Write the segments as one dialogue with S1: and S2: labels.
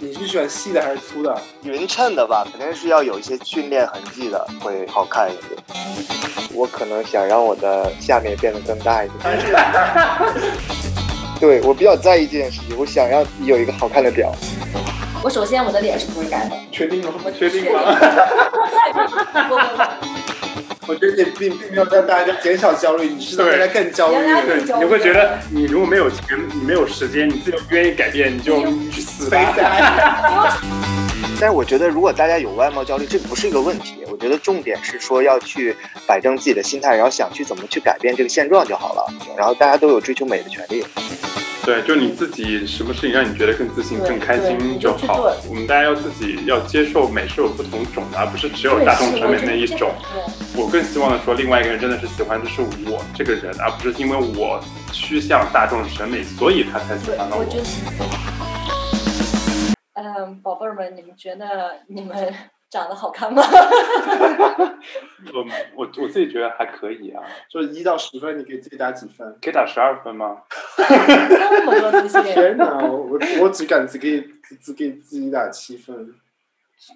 S1: 你是喜欢细的还是粗的？
S2: 匀称的吧，肯定是要有一些训练痕迹的，会好看一点。我可能想让我的下面变得更大一点。对我比较在意这件事情，我想让自己有一个好看的表。
S3: 我首先我的脸是不会干的，
S1: 确定吗
S3: 我？
S1: 确定吗？
S3: 不不
S1: 我觉得你并并没有让大家减少焦虑，你是让大家更焦
S3: 原来
S1: 虑。
S3: 对
S4: 对，你会觉得你如果没有钱，你没有时间，你自己不愿意改变，你就去死
S1: 肥
S4: 吧。
S1: 仔，
S2: 但是我觉得，如果大家有外貌焦虑，这个不是一个问题。我觉得重点是说要去摆正自己的心态，然后想去怎么去改变这个现状就好了。然后大家都有追求美的权利。
S4: 对，就你自己什么事情让你觉得更自信、
S3: 对
S4: 更开心就
S3: 对你就去
S4: 好
S3: 做。
S4: 我们大家要自己要接受美是有不同种的，而不是只有
S3: 不，
S4: 大众审美那一
S3: 对
S4: 种。。我更希望的说，另外一个人真的是喜欢的是我这个人，而不是因为我趋向大众审美，所以他才喜
S3: 对，
S4: 欢到
S3: 我觉
S4: 我。
S3: 得，嗯，宝贝儿们，你们觉得你们长得好看吗？
S4: 我呃我我自己觉得还可以啊，
S1: 就是一到十分，你给自己打几分？
S4: 可以打十二分吗？
S3: 这么多自信，
S1: 天哪，我我我只敢只给只给自己打七分。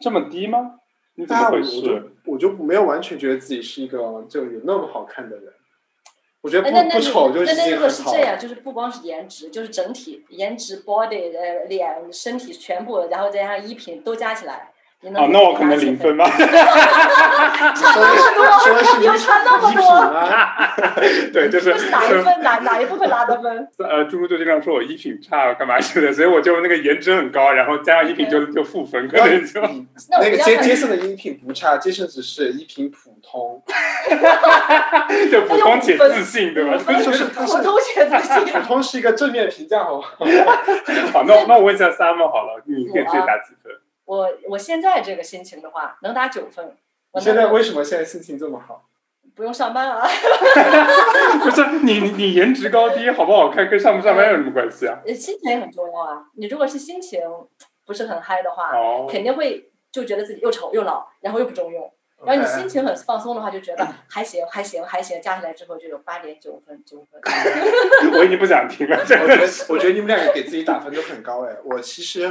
S4: 这么低吗？你怎
S1: 那
S4: 么
S1: 我
S4: 回
S1: 就
S4: 事？
S1: 我就没有完全觉得自己是一个就有那么好看的人。我觉得
S3: 哎
S1: 不
S3: 那那
S1: 不丑就
S3: 那
S1: 已
S3: 那
S1: 经
S3: 如果
S1: 很
S3: 是
S1: 好
S3: 这
S1: 了。
S3: 样，就是不光是颜值，就是整体颜值、body 呃脸、身体全部，然后再加上衣品都加起来，你能
S4: 啊，那我可能零分。吧。
S1: 说的是说的是你
S3: 有差那么
S1: 你品 啊，
S4: 对，就是
S3: 就是哪一分哪哪一部分拿的分？
S4: 呃，猪猪就经常说我衣品差干嘛去的，所以我就那个颜值很高，然后加上衣品就就负分，可能 就
S1: 你
S3: 那我
S1: 那个
S3: 比较
S1: 杰
S3: 看
S1: 杰森的衣品不差，杰森只是衣品普通，
S4: 就普通且自信，对吧？
S1: 就是他
S3: 普
S1: 是
S3: 通选自
S1: 普
S3: 信。
S1: 通是一个正面评价，好吧？
S4: 好，那那我问一下 Summer 好了，你给自己打几分？
S3: 我我现在这个心情的话，能打九分。我
S1: 你现
S3: 能
S1: 在为什么现在心情这么好？
S3: 不用上班啊，
S4: 不是你你你颜值高低好不好看跟上不上班有什么关系啊？
S3: 呃 心情也很重要啊。你如果是心情不是很嗨的话，
S4: 哦，
S3: 肯定会就觉得自己又丑又老，然后又不中用。然后你心情很放松的话，就觉得还行，还行，还行，加起来之后就有八点九分，九分。
S1: 哦
S4: 我已经不想听了，
S1: 我
S4: 真
S1: 觉
S4: 的
S1: 得
S4: 是。
S1: 我觉得你们两个给自己打分都很高哎， 我其实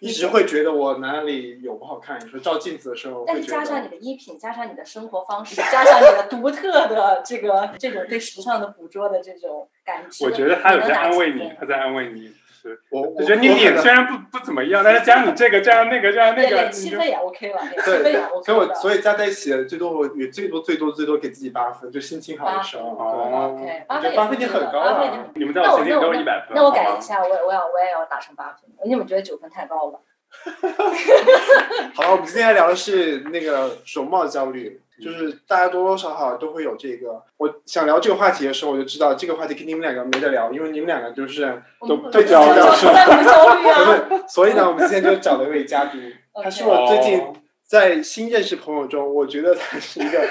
S1: 一直会觉得我哪里有不好看，你说照镜子的时候
S3: 但
S1: 会
S3: 是
S1: 觉
S3: 加上你
S1: 得。
S3: 的衣品，加上你的生活方式，加上你的独特的这个这种对时尚的捕捉的这种感知，
S4: 我觉得他有在安慰
S3: 能
S4: 你
S3: 打几，分
S4: 他在安慰你。是
S1: 我
S4: 我
S1: 我
S4: 觉得你
S1: 我可
S4: 脸
S1: 能
S4: 虽然不不怎么样，但是加上你这个，加上那个，加上那
S3: 对
S4: 个，
S3: 对，
S4: 你
S3: 气
S4: 就
S3: 氛也 OK 了，对，气氛也
S1: 对，
S3: OK
S1: 所以我
S3: 了。
S1: 所以加在一起最多我也最多最多最多给自己八分，就心情好的时候。
S4: 八分
S1: 对
S3: OK，八
S1: 我觉得
S3: 分也
S1: 八分已经很高
S3: 八分已经
S1: 了啊
S3: 很。
S4: 你们在我心里
S3: 那我
S4: 都一百分。
S3: 那我改
S4: 好吗
S3: 一下，我我要我也要打成八分，因为我觉得九分太高了。
S1: 好了，我们今天聊的是那个容貌焦虑，
S4: 嗯
S1: 就是大家多多少少都会有这个。我想聊这个话题的时候，我就知道这个话题跟你们两个没得聊，因为你们两个就是
S3: 我
S4: 都
S3: 们不
S4: 都
S3: 能
S4: 焦虑了
S3: 从来不焦虑啊。
S1: 不是，所以呢，我们今天就找了一位嘉宾，他是我最近
S4: 哦
S1: 在新认识朋友中，我觉得他是一个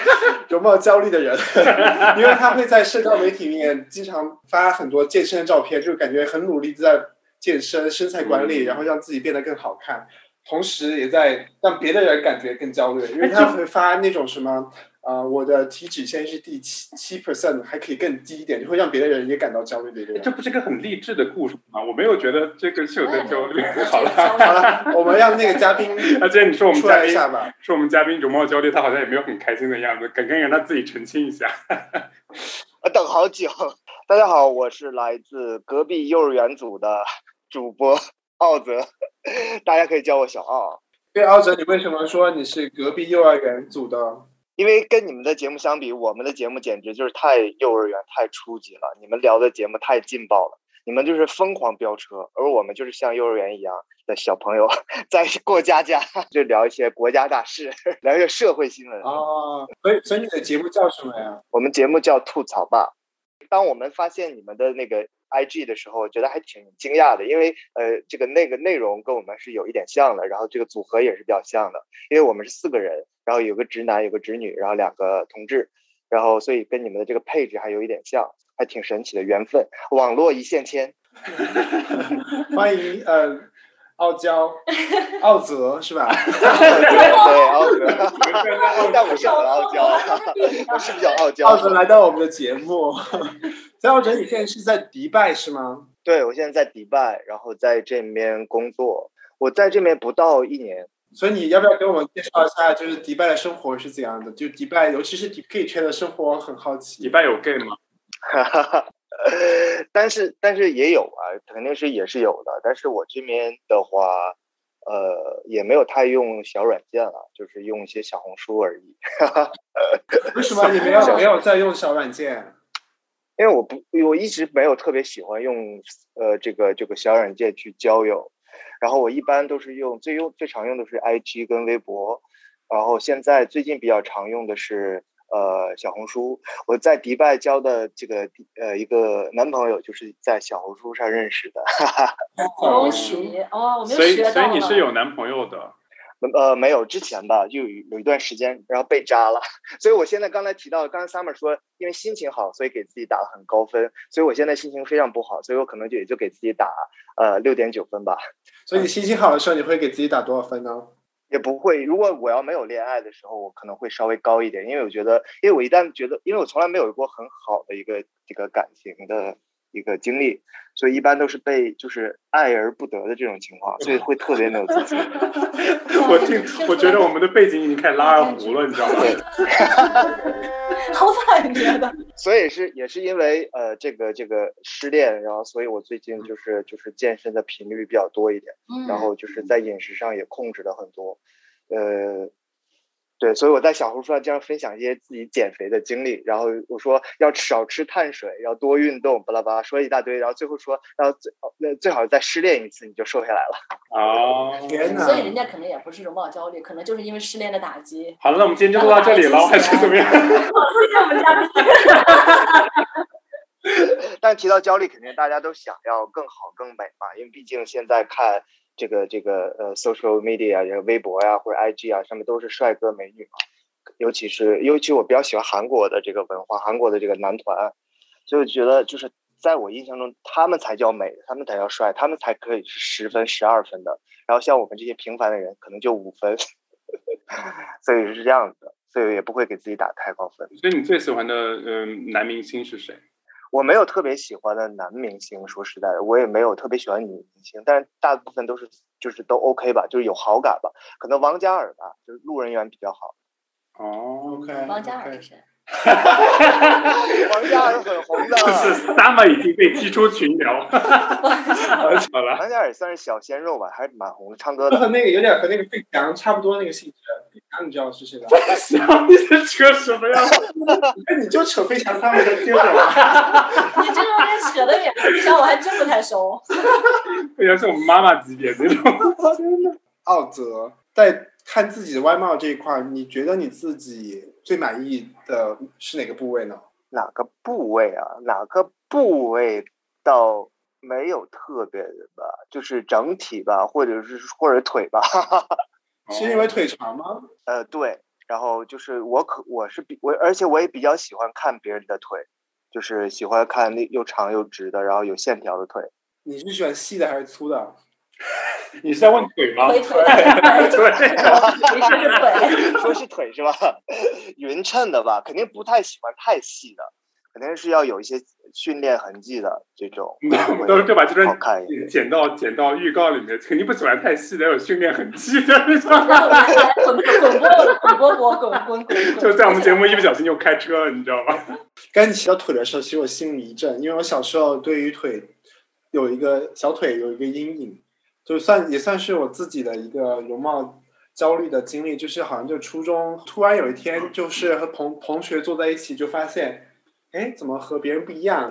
S1: 容貌焦虑的人， 因为他会在社交媒体里面经常发很多健身的照片，就感觉很努力在健身、身材管理，
S4: 嗯
S1: 然后让自己变得更好看，同时也在让别的人感觉更焦虑，因为
S4: 哎
S1: 他
S4: 这
S1: 会发那种什么。啊、我的体脂现在是第七七 percent，还可以更低一点，就会让别的人也感到焦虑的一个人。
S4: 这不是个很励志的故事吗？我没有觉得这个是有在焦虑。 好
S3: 我也没有
S4: 了，
S3: 焦虑
S1: 好了，我们让那个嘉宾
S4: 而且你说我们
S1: 出
S4: 嘉
S1: 来一
S4: 宾
S1: 下吧。
S4: 说我们嘉宾容貌焦虑，他好像也没有很开心的样子，赶紧让他自己澄清一下。
S2: 我等好久。大家好，我是来自隔壁幼儿园组的主播奥泽，大家可以叫我小奥，
S1: 对，奥哲，你为什么说你是隔壁幼儿园组的？
S2: 因为跟你们的节目相比，我们的节目简直就是太幼儿园、太初级了，你们聊的节目太劲爆了。你们就是疯狂飙车，而我们就是像幼儿园一样的小朋友， 在过家家，就聊一些国家大事， 聊一些社会新闻。
S1: 哦，所以所以你的节目叫什么呀？
S2: 我们节目叫吐槽吧。当我们发现你们的那个 IG 的时候，觉得还挺惊讶的，因为呃，这个那个内容跟我们是有一点像的，然后这个组合也是比较像的，因为我们是四个人，然后有个直男，有个直女，然后两个同志，然后所以跟你们的这个配置还有一点像，还挺神奇的缘分，网络一线牵。
S1: 欢迎呃，傲娇，奥泽是吧？
S2: 对，奥哥，但我是很傲娇，
S3: 啊
S2: 我是比较傲娇
S1: 奥。泽来到我们的节目。所以奥哲，你现在是在迪拜是吗？
S2: 对，我现在在迪拜，然后在这边工作。我在这边不到一年，
S1: 所以你要不要给我们介绍一下，就是迪拜的生活是怎样的？就迪拜，尤其是 gay 圈的生活，很好奇。
S4: 迪拜有 gay 吗？
S2: 哈哈哈， 但是但是也有啊，肯定是也是有的。但是我这边的话，呃，也没有太用小软件了，就是用一些小红书而已。
S1: 为什么你没有没有在用小软件？
S2: 因为我不，我一直没有特别喜欢用呃这个这个小软件去交友，然后我一般都是用最用最常用的是 IG 跟微博，然后现在最近比较常用的是呃小红书。我在迪拜交的这个呃一个男朋友就是在小红书上认识的，哈哈，
S3: 恭喜哦，我们
S4: 所
S3: 又
S4: 以
S3: 学到了。
S4: 所以你 是有男朋友的，
S2: 呃没有之前吧，就有有一段时间，然后被扎了， 所以我现在刚才提到，刚才 Summer 说，因为心情好，所以给自己打了很高分，所以我现在心情非常不好，所以我可能就也就给自己打呃六点九分吧。
S1: 所以你心情好的时候，你会给自己打多少分呢？
S2: 也不会。如果我要没有恋爱的时候，我可能会稍微高一点，因为我觉得，因为我一旦觉得，因为我从来没有过很好的一个这个感情的一个经历，所以一般都是被就是爱而不得的这种情况，所以会特别没有自信。
S3: 啊
S4: 我听我觉得我们的背景已经开始拉二胡了，你知道吗？
S3: 好惨，觉 得
S2: 所以是也是因为呃这个这个失恋，然后所以我最近就是就是健身的频率比较多一点。
S3: 嗯
S2: 然后就是在饮食上也控制了很多，呃，对，所以我在小红书上经常分享一些自己减肥的经历，然后我说要少吃碳水，要多运动，巴拉巴拉说一大堆，然后最后说，然后最哦那最好再失恋一次你就瘦下来了。
S4: 哦，
S1: 天哪！
S3: 所以人家可能也不是容貌焦虑，可能就是因为失恋的打 击。
S4: 好了，那我们今天就录到这里了，还是怎么样？
S3: 谢谢我们嘉宾。
S2: 但提到焦虑，肯定大家都想要更好、更美嘛，因为毕竟现在看这个这个呃 social media 这个微博呀、或者 IG 啊，上面都是帅哥美女嘛。尤其是尤其我比较喜欢韩国的这个文化，韩国的这个男团，所以我觉得就是在我印象中，他们才叫美，他们才叫帅，他们才可以是十分、十二分的。然后像我们这些平凡的人，可能就五分， 所以是这样子的，所以也不会给自己打太高分。
S4: 所以你最喜欢的嗯男明星是谁？
S2: 我没有特别喜欢的男明星，说实在的，我也没有特别喜欢女明星，但是大部分都是就是都 OK 吧，就是有好感吧。可能王嘉尔吧，就是路人缘比较好。
S4: 哦
S1: OK，
S3: 王嘉尔是谁？
S2: 王嘉尔很红的，
S4: 就是 Summer 已经被踢出群 聊。好了，
S2: 王嘉尔算是小鲜肉吧，还是蛮红的，唱歌
S1: 就和
S2: 的。
S1: 那个有点和那个费翔差不多那个性质。费翔你知道是谁吧？
S4: 想你在扯什么呀？
S1: 哎，你就扯费翔他们的接吻了。
S3: 你这有点扯得远，你想我还真不太熟。
S4: 好像是我们妈妈级别那 种。
S1: 奥泽在看自己的外貌这一块，你觉得你自己最满意的是哪个部位呢？
S2: 哪个部位啊？哪个部位倒没有特别的吧，就是整体吧，或者是或者腿吧。
S1: 是因为腿长吗？
S2: 呃，对，然后就是我可我是比我，而且我也比较喜欢看别人的腿，就是喜欢看那又长又直的，然后有线条的腿。
S1: 你是喜欢细的还是粗的？
S4: 你是在问腿吗？
S3: 回腿，
S4: 对，。
S3: 没事就腿。
S2: 你 说是腿是吧？匀称的吧，肯定不太喜欢太细的，肯定是要有一些训练痕迹的这种
S4: 我们
S2: 会
S4: 到时候就把这
S2: 好
S4: 段
S2: 看一点。
S4: 剪到剪到预告里面，肯定不喜欢太细的，要有训练痕迹的。
S3: 然 后我们来滚滚波滚波波滚滚滚，
S4: 就在我 们节目一不小心就开车了，你知道吗？
S1: 刚才你提到腿的时候，其实我心里一震，因为我小时候对于腿有一个小腿有一个阴影，就算也算是我自己的一个容貌焦虑的经历，就是好像就初中突然有一天，就是和同同学坐在一起，就发现，哎，怎么和别人不一样？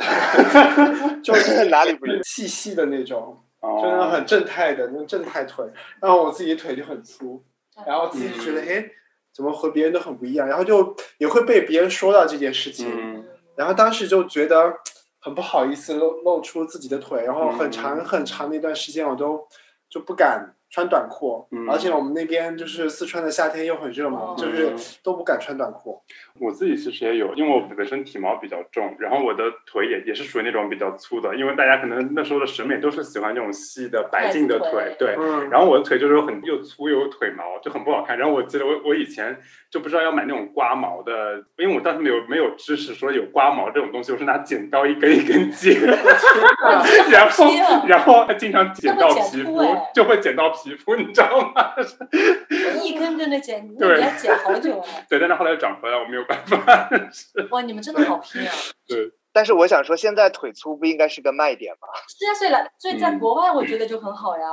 S1: 就是
S2: 哪里不一样？
S1: 细细的那种，
S4: 哦
S1: 就那种很正太的那种正太腿，然后我自己腿就很粗，然后自己觉得哎、诶怎么和别人都很不一样，然后就也会被别人说到这件事情，
S4: 嗯，
S1: 然后当时就觉得很不好意思露露出自己的腿，然后很长、
S4: 嗯
S1: 很长的一段时间我都就不敢穿短裤，
S4: 嗯
S1: 而且我们那边就是四川的夏天又很热嘛，
S3: 哦
S4: 嗯
S1: 就是都不敢穿短裤。
S4: 我自己其实也有，因为我本身体毛比较重，然后我的腿也也是属于那种比较粗的，因为大家可能那时候的审美都是喜欢这种细的白净的腿
S3: 对，
S4: 对。
S1: 嗯，
S4: 然后我的腿就是很又粗又有腿毛，就很不好看。然后我记得我我以前就不知道要买那种刮毛的，因为我当时没有没有知识说有刮毛这种东西，我是拿剪刀一根一根剪，然后
S3: 天啊
S4: 然后还经常剪到
S3: 那会
S4: 皮
S3: 剪
S4: 肤
S3: 秃哎，
S4: 就会剪到皮皮肤，你知道吗？
S3: 一根根的剪，那
S4: 对
S3: 你要剪好 久哎！
S4: 对，但是后来长回来，我没有办法。
S3: 哇，你们真的好拼啊！
S2: 但是我想说，现在腿粗不应该是个卖点吗？
S3: 是啊，所以来，所以在
S4: 嗯
S3: 国外我觉得就很好呀。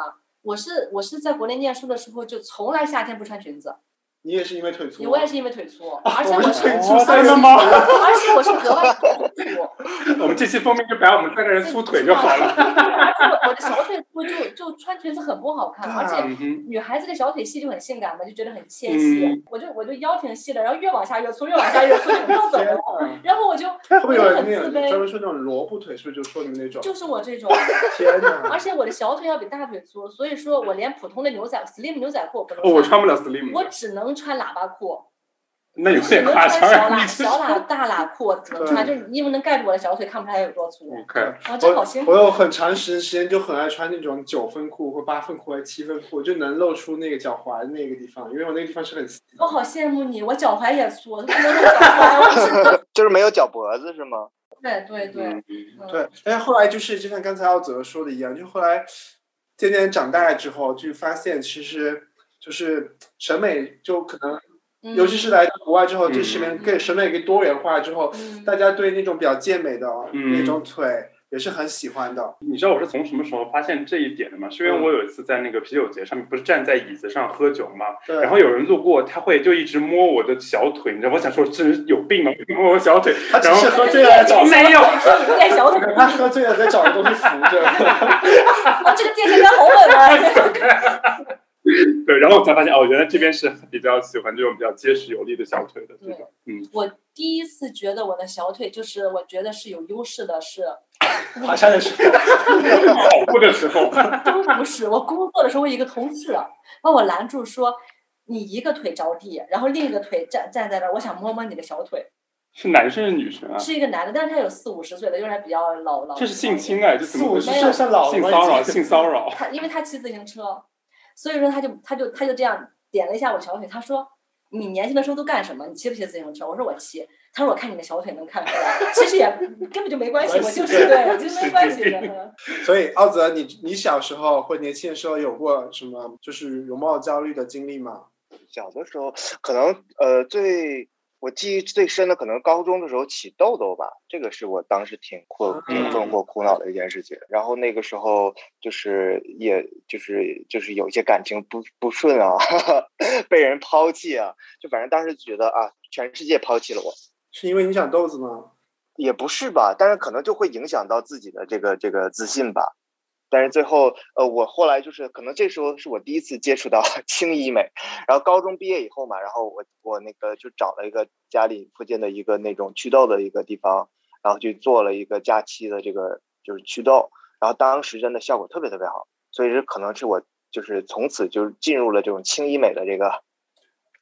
S3: 我是我是在国内念书的时候，就从来夏天不穿裙子，
S1: 你也是因为腿粗吗，
S3: 我也是因为腿粗，而且
S1: 我
S3: 我
S1: 们
S3: 是
S1: 是腿
S2: 哦
S1: 粗三的吗？
S3: 而且我是格外 粗，
S4: 我们这期封面就摆我们三个人粗腿就好了。
S3: 而且我我的小腿粗就就穿裙子很不好看，而且
S4: 嗯哼，
S3: 女孩子的小腿细就很性感嘛，就觉得很纤细。
S4: 嗯
S3: 我就我就腰挺细的，然后越往下越粗，越往下越粗，就不知道怎么了。
S4: 嗯
S1: 天
S3: 然后我就
S1: 哪！会有人那
S3: 我
S1: 种
S3: 就很自卑
S1: 专门说那种萝卜腿，是不是就说你们那种？
S3: 就是我这种，
S1: 天哪！
S3: 而且我的小腿要比大腿粗，所以说我连普通的牛仔 slim 牛仔裤我不能
S4: 哦，我
S3: 穿，
S4: 穿不了 slim，
S3: 我只能穿喇叭裤。
S4: 那有
S3: 只
S4: 点
S3: 能
S4: 夸
S3: 穿小
S4: 张。
S3: 喇
S4: 你这
S3: 小喇大喇裤，只能穿，就是因为能盖住我的小腿，看不出来有多粗。
S4: OK，
S3: 啊，这好辛苦
S1: 我。有很长时时间就很爱穿那种九分裤或八分裤还七分裤，就能露出那个脚踝那个地方，因为我那个地方是很细
S3: 我
S1: 的。
S3: 好羡慕你，我脚踝也粗，我都不能露脚踝。我是
S2: 就是没有脚脖子是吗？
S3: 对对对，
S4: 嗯，
S3: 嗯
S1: 对，但是后来就是就像刚才奥泽说的一样，就后来渐渐长大之后，就发现其实就是审美就可能，
S3: 嗯
S1: 尤其是来到国外之后，
S4: 嗯
S1: 这里面更审美更多元化之后，
S3: 嗯
S1: 大家对那种比较健美的
S4: 嗯
S1: 那种腿也是很喜欢的。
S4: 你知道我是从什么时候发现这一点的吗？是因
S1: 嗯
S4: 为我有一次在那个啤酒节上面，不是站在椅子上喝酒吗？
S1: 对，
S4: 然后有人路过，他会就一直摸我的小腿，你知道吗，我想说这人有病吗？摸我小腿，
S1: 他只
S4: 然
S1: 是
S4: 后
S1: 喝醉了来找
S4: 没有
S3: 是你垫小腿，
S1: 他喝醉了再找个东西扶 着。
S3: 哇，啊这个垫线杆好稳啊！
S4: 对，然后我才发现哦，原来这边是比较喜欢这种比较结实有力的小腿的这种，嗯，
S3: 我第一次觉得我的小腿就是，我觉得是有优势的，是
S1: 爬山的时 候，
S4: 跑步的时候，
S3: 都不是。我工作的时候，我有一个同事把我拦住说：“你一个腿着地，然后另一个腿站站在那儿，我想摸摸你的小腿。”
S4: 是男生是女生啊？
S3: 是一个男的，但是他有四五十岁了，就是还比较老老。
S4: 这是性侵哎，这
S1: 四
S4: 怎么
S1: 五
S4: 回
S1: 十
S4: 事？
S1: 岁算老了
S4: 性
S1: 吗
S4: 骚扰，
S1: 已经
S4: 性骚扰，
S3: 他因为他骑自行车，所以说他就他就他就这样点了一下我小腿，他说：“你年轻的时候都干什么？你骑不骑自行车？”我说：“我骑。”他说：“我看你的小腿能看出来，其实也 根本就没关系，
S1: 没
S3: 我
S1: 关系
S3: 就是对，我就是没关系
S4: 神经
S3: 的。
S1: 所以奥泽，你你小时候或年轻的时候有过什么就是容貌焦虑的经历吗？
S2: 小的时候可能呃最我记忆最深的可能高中的时候起痘痘吧，这个是我当时挺困
S1: 嗯
S2: 挺困惑苦恼的一件事情。然后那个时候就是也就是就是有一些感情不不顺啊， 被人抛弃啊，就反正当时觉得啊，全世界抛弃了我。
S1: 是因为你长痘子吗？
S2: 也不是吧，但是可能就会影响到自己的这个这个自信吧。但是最后，呃，我后来就是可能这时候是我第一次接触到 轻医美，然后高中毕业以后嘛，然后我我那个就找了一个家里附近的一个那种祛痘的一个地方，然后去做了一个假期的这个就是祛痘，然后当时真的效果特别特别好，所以这可能是我就是从此就是进入了这种轻医美的这个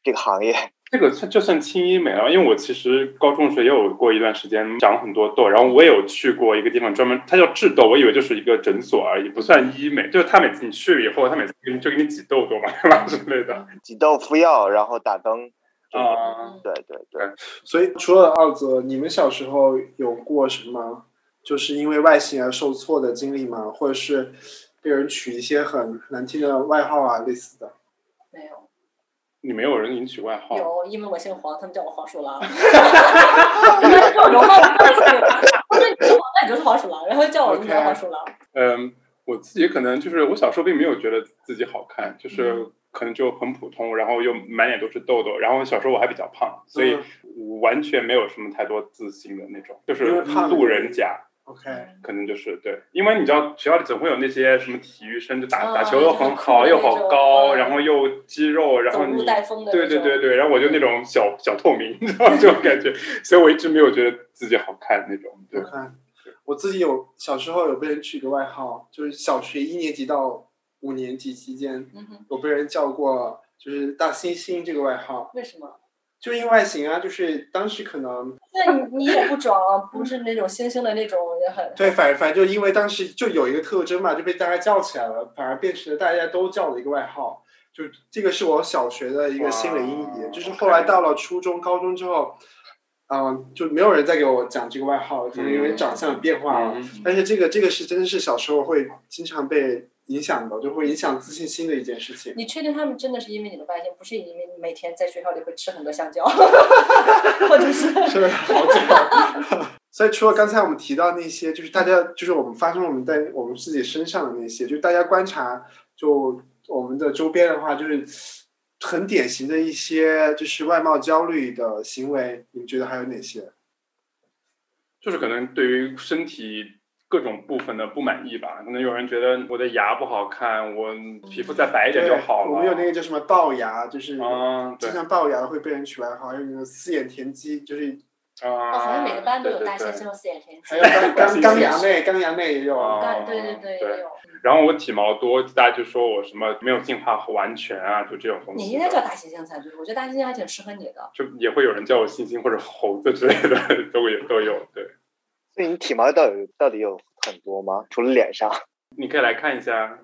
S2: 这个行业。
S4: 这个算就算轻医美了，因为我其实高中的时候也有过一段时间长很多痘，然后我也有去过一个地方专门，它叫治痘，我以为就是一个诊所而已，不算医美，就是他每次你去了以后，他每次给你就给你挤痘痘嘛， 是吧之类的
S2: 挤痘敷药，然后打灯。
S1: 嗯
S2: 这种
S4: 啊。
S3: 嗯
S2: 对对对。
S1: 所以除了奥泽，你们小时候有过什么就是因为外形而受挫的经历吗？或者是被人取一些很难听的外号啊，类似的？”
S3: 没有，
S4: 你没有人给你取外号，
S3: 有，因为我姓黄，他们叫我黄鼠 狼。然后叫我容貌焦虑，我说你是黄，那你就是黄鼠狼，然后叫我一名
S1: OK
S3: 黄鼠狼。
S4: 嗯，我自己可能就是我小时候并没有觉得自己好看，
S1: 嗯
S4: 就是可能就很普通，然后又满脸都是痘痘，然后小时候我还比较胖，所以
S1: 嗯
S4: 我完全没有什么太多自信的那种，就是
S1: 因为胖
S4: 路人甲。
S1: OK，
S4: 可能就是对，因为你知道学校里总会有那些什么体育生，就打、
S3: 啊
S4: 打球又很好，
S3: 就
S4: 又
S3: 很酷的那种
S4: 好高，
S3: 啊
S4: 然后又肌肉，然
S3: 走
S4: 后
S3: 路
S4: 你
S3: 带风的那
S4: 对
S3: 种。嗯
S4: 对对对，然后我就那种小小透明， 你知道吗这种感觉，所以我一直没有觉得自己好看那种。对
S3: 嗯
S1: 我，看我自己有小时候有被人取个外号，就是小学一年级到五年级期间，
S3: 嗯哼，
S1: 有被人叫过就是大猩猩这个外号，
S3: 为什么？
S1: 就因为外形啊，就是当时可能
S3: 那你你也不装，不是那种星星的那种很
S1: 对，反反正就因为当时就有一个特征嘛，就被大家叫起来了，反而变成了大家都叫的一个外号。就这个是我小学的一个心理阴
S4: 哇
S1: 影，就是后来到了初中、高中之后，嗯、就没有人再给我讲这个外号了，可能因为长相的变化了。
S4: 嗯
S1: 但是这个这个是真的是小时候会经常被影响的，就会影响自信心的一件事情。
S3: 你确定他们真的是因为你的外形，不是因为你每天在学校里会吃很多 香蕉，或者是
S1: 是好久。 所以除了刚才我们提到那些，就是大家就是我们发生我们在我们自己身上的那些，就是大家观察就我们的周边的话，就是很典型的一些就是外貌焦虑的行为，你们觉得还有哪些？
S4: 就是可能对于身体各种部分的不满意吧，可能有人觉得我的牙不好看，我皮肤再白一点就好了。
S1: 我们有那个叫什么龅牙，就是
S4: 啊，对
S1: 经常龅牙的会被人取外号，还有那个四眼田鸡， 就是
S4: 啊，
S3: 哦，好像每个班都有
S4: 对对
S3: 大
S4: 对
S3: 先生、四眼田鸡
S1: 还有，钢钢钢牙
S3: 妹，
S1: 妹，钢牙妹也有啊。
S3: 干对对对
S4: 哦
S3: 也有。
S4: 然后我体毛多，大家就说我什么没有进化完全啊，就这种东西。
S3: 你应该叫大猩猩才对，我觉得大猩猩还挺适合你的。
S4: 就也会有人叫我猩猩或者猴子之类的，都有都有。对，
S2: 所以你体毛到底到底有很多吗？除了脸上，
S4: 你可以来看一下。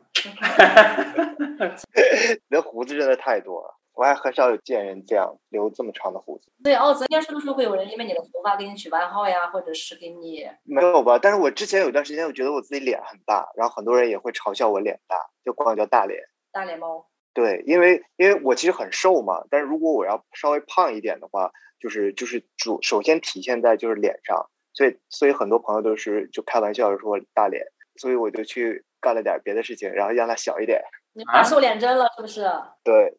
S2: 你的胡子真的太多了，我还很少有见人这样留这么长的胡子。
S3: 对，奥泽，应该说的时候会有人因为你的头发给你取外号呀，或者是给你
S2: 没有吧？但是我之前有一段时间，我觉得我自己脸很大，然后很多人也会嘲笑我脸大，就管我叫大脸。
S3: 大脸猫。
S2: 对，因为因为我其实很瘦嘛，但是如果我要稍微胖一点的话，就是就是主首先体现在就是脸上，所以所以很多朋友都是就开玩笑说我大脸，所以我就去干了点别的事情，然后让它小一点。
S3: 你
S4: 啊
S3: 打瘦脸针了是不是？
S2: 对，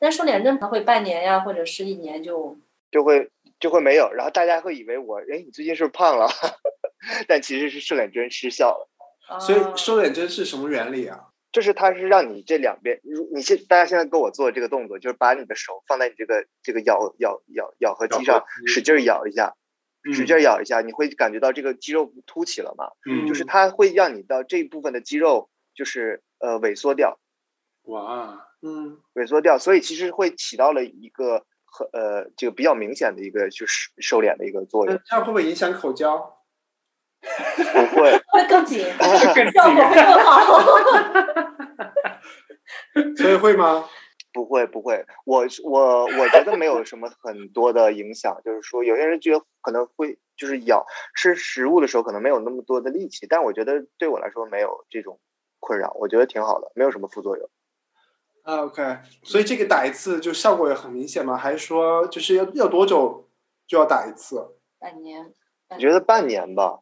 S3: 但瘦脸针它会半年呀，或者是一年就
S2: 就会就会没有，然后大家会以为我，哎，你最近是不是胖了？ 但其实是瘦脸针失效了，
S3: 啊
S1: 所以瘦脸针是什么原理啊？
S2: 就是它是让你这两边，如你现大家现在跟我做这个动作，就是把你的手放在你这个这个咬咬咬咬合肌
S4: 咬
S2: 上
S4: 合，肌
S2: 使劲儿咬一下，
S4: 嗯
S2: 使劲儿咬一下，你会感觉到这个肌肉凸起了嘛？
S4: 嗯，
S2: 就是它会让你到这一部分的肌肉就是呃萎缩掉，
S4: 哇，
S1: 嗯，
S2: 萎缩掉，所以其实会起到了一个和呃这个比较明显的一个就是瘦脸的一个作
S1: 那
S2: 用，
S1: 这样会不会影响口交？
S2: 不会。
S3: 会更 紧，
S4: 更
S3: 效果会更好。
S1: 所以会吗？
S2: 不会不会，我是我我觉得没有什么很多的影响，就是说有些人觉得可能会就是咬吃食物的时候可能没有那么多的力气，但我觉得对我来说没有这种困扰，我觉得挺好的，没有什么副作用。
S1: 啊，OK，所以这个打一次就效果也很明显吗？还是说就是要要多久就要打一次？
S3: 半年，
S2: 我觉得半年吧，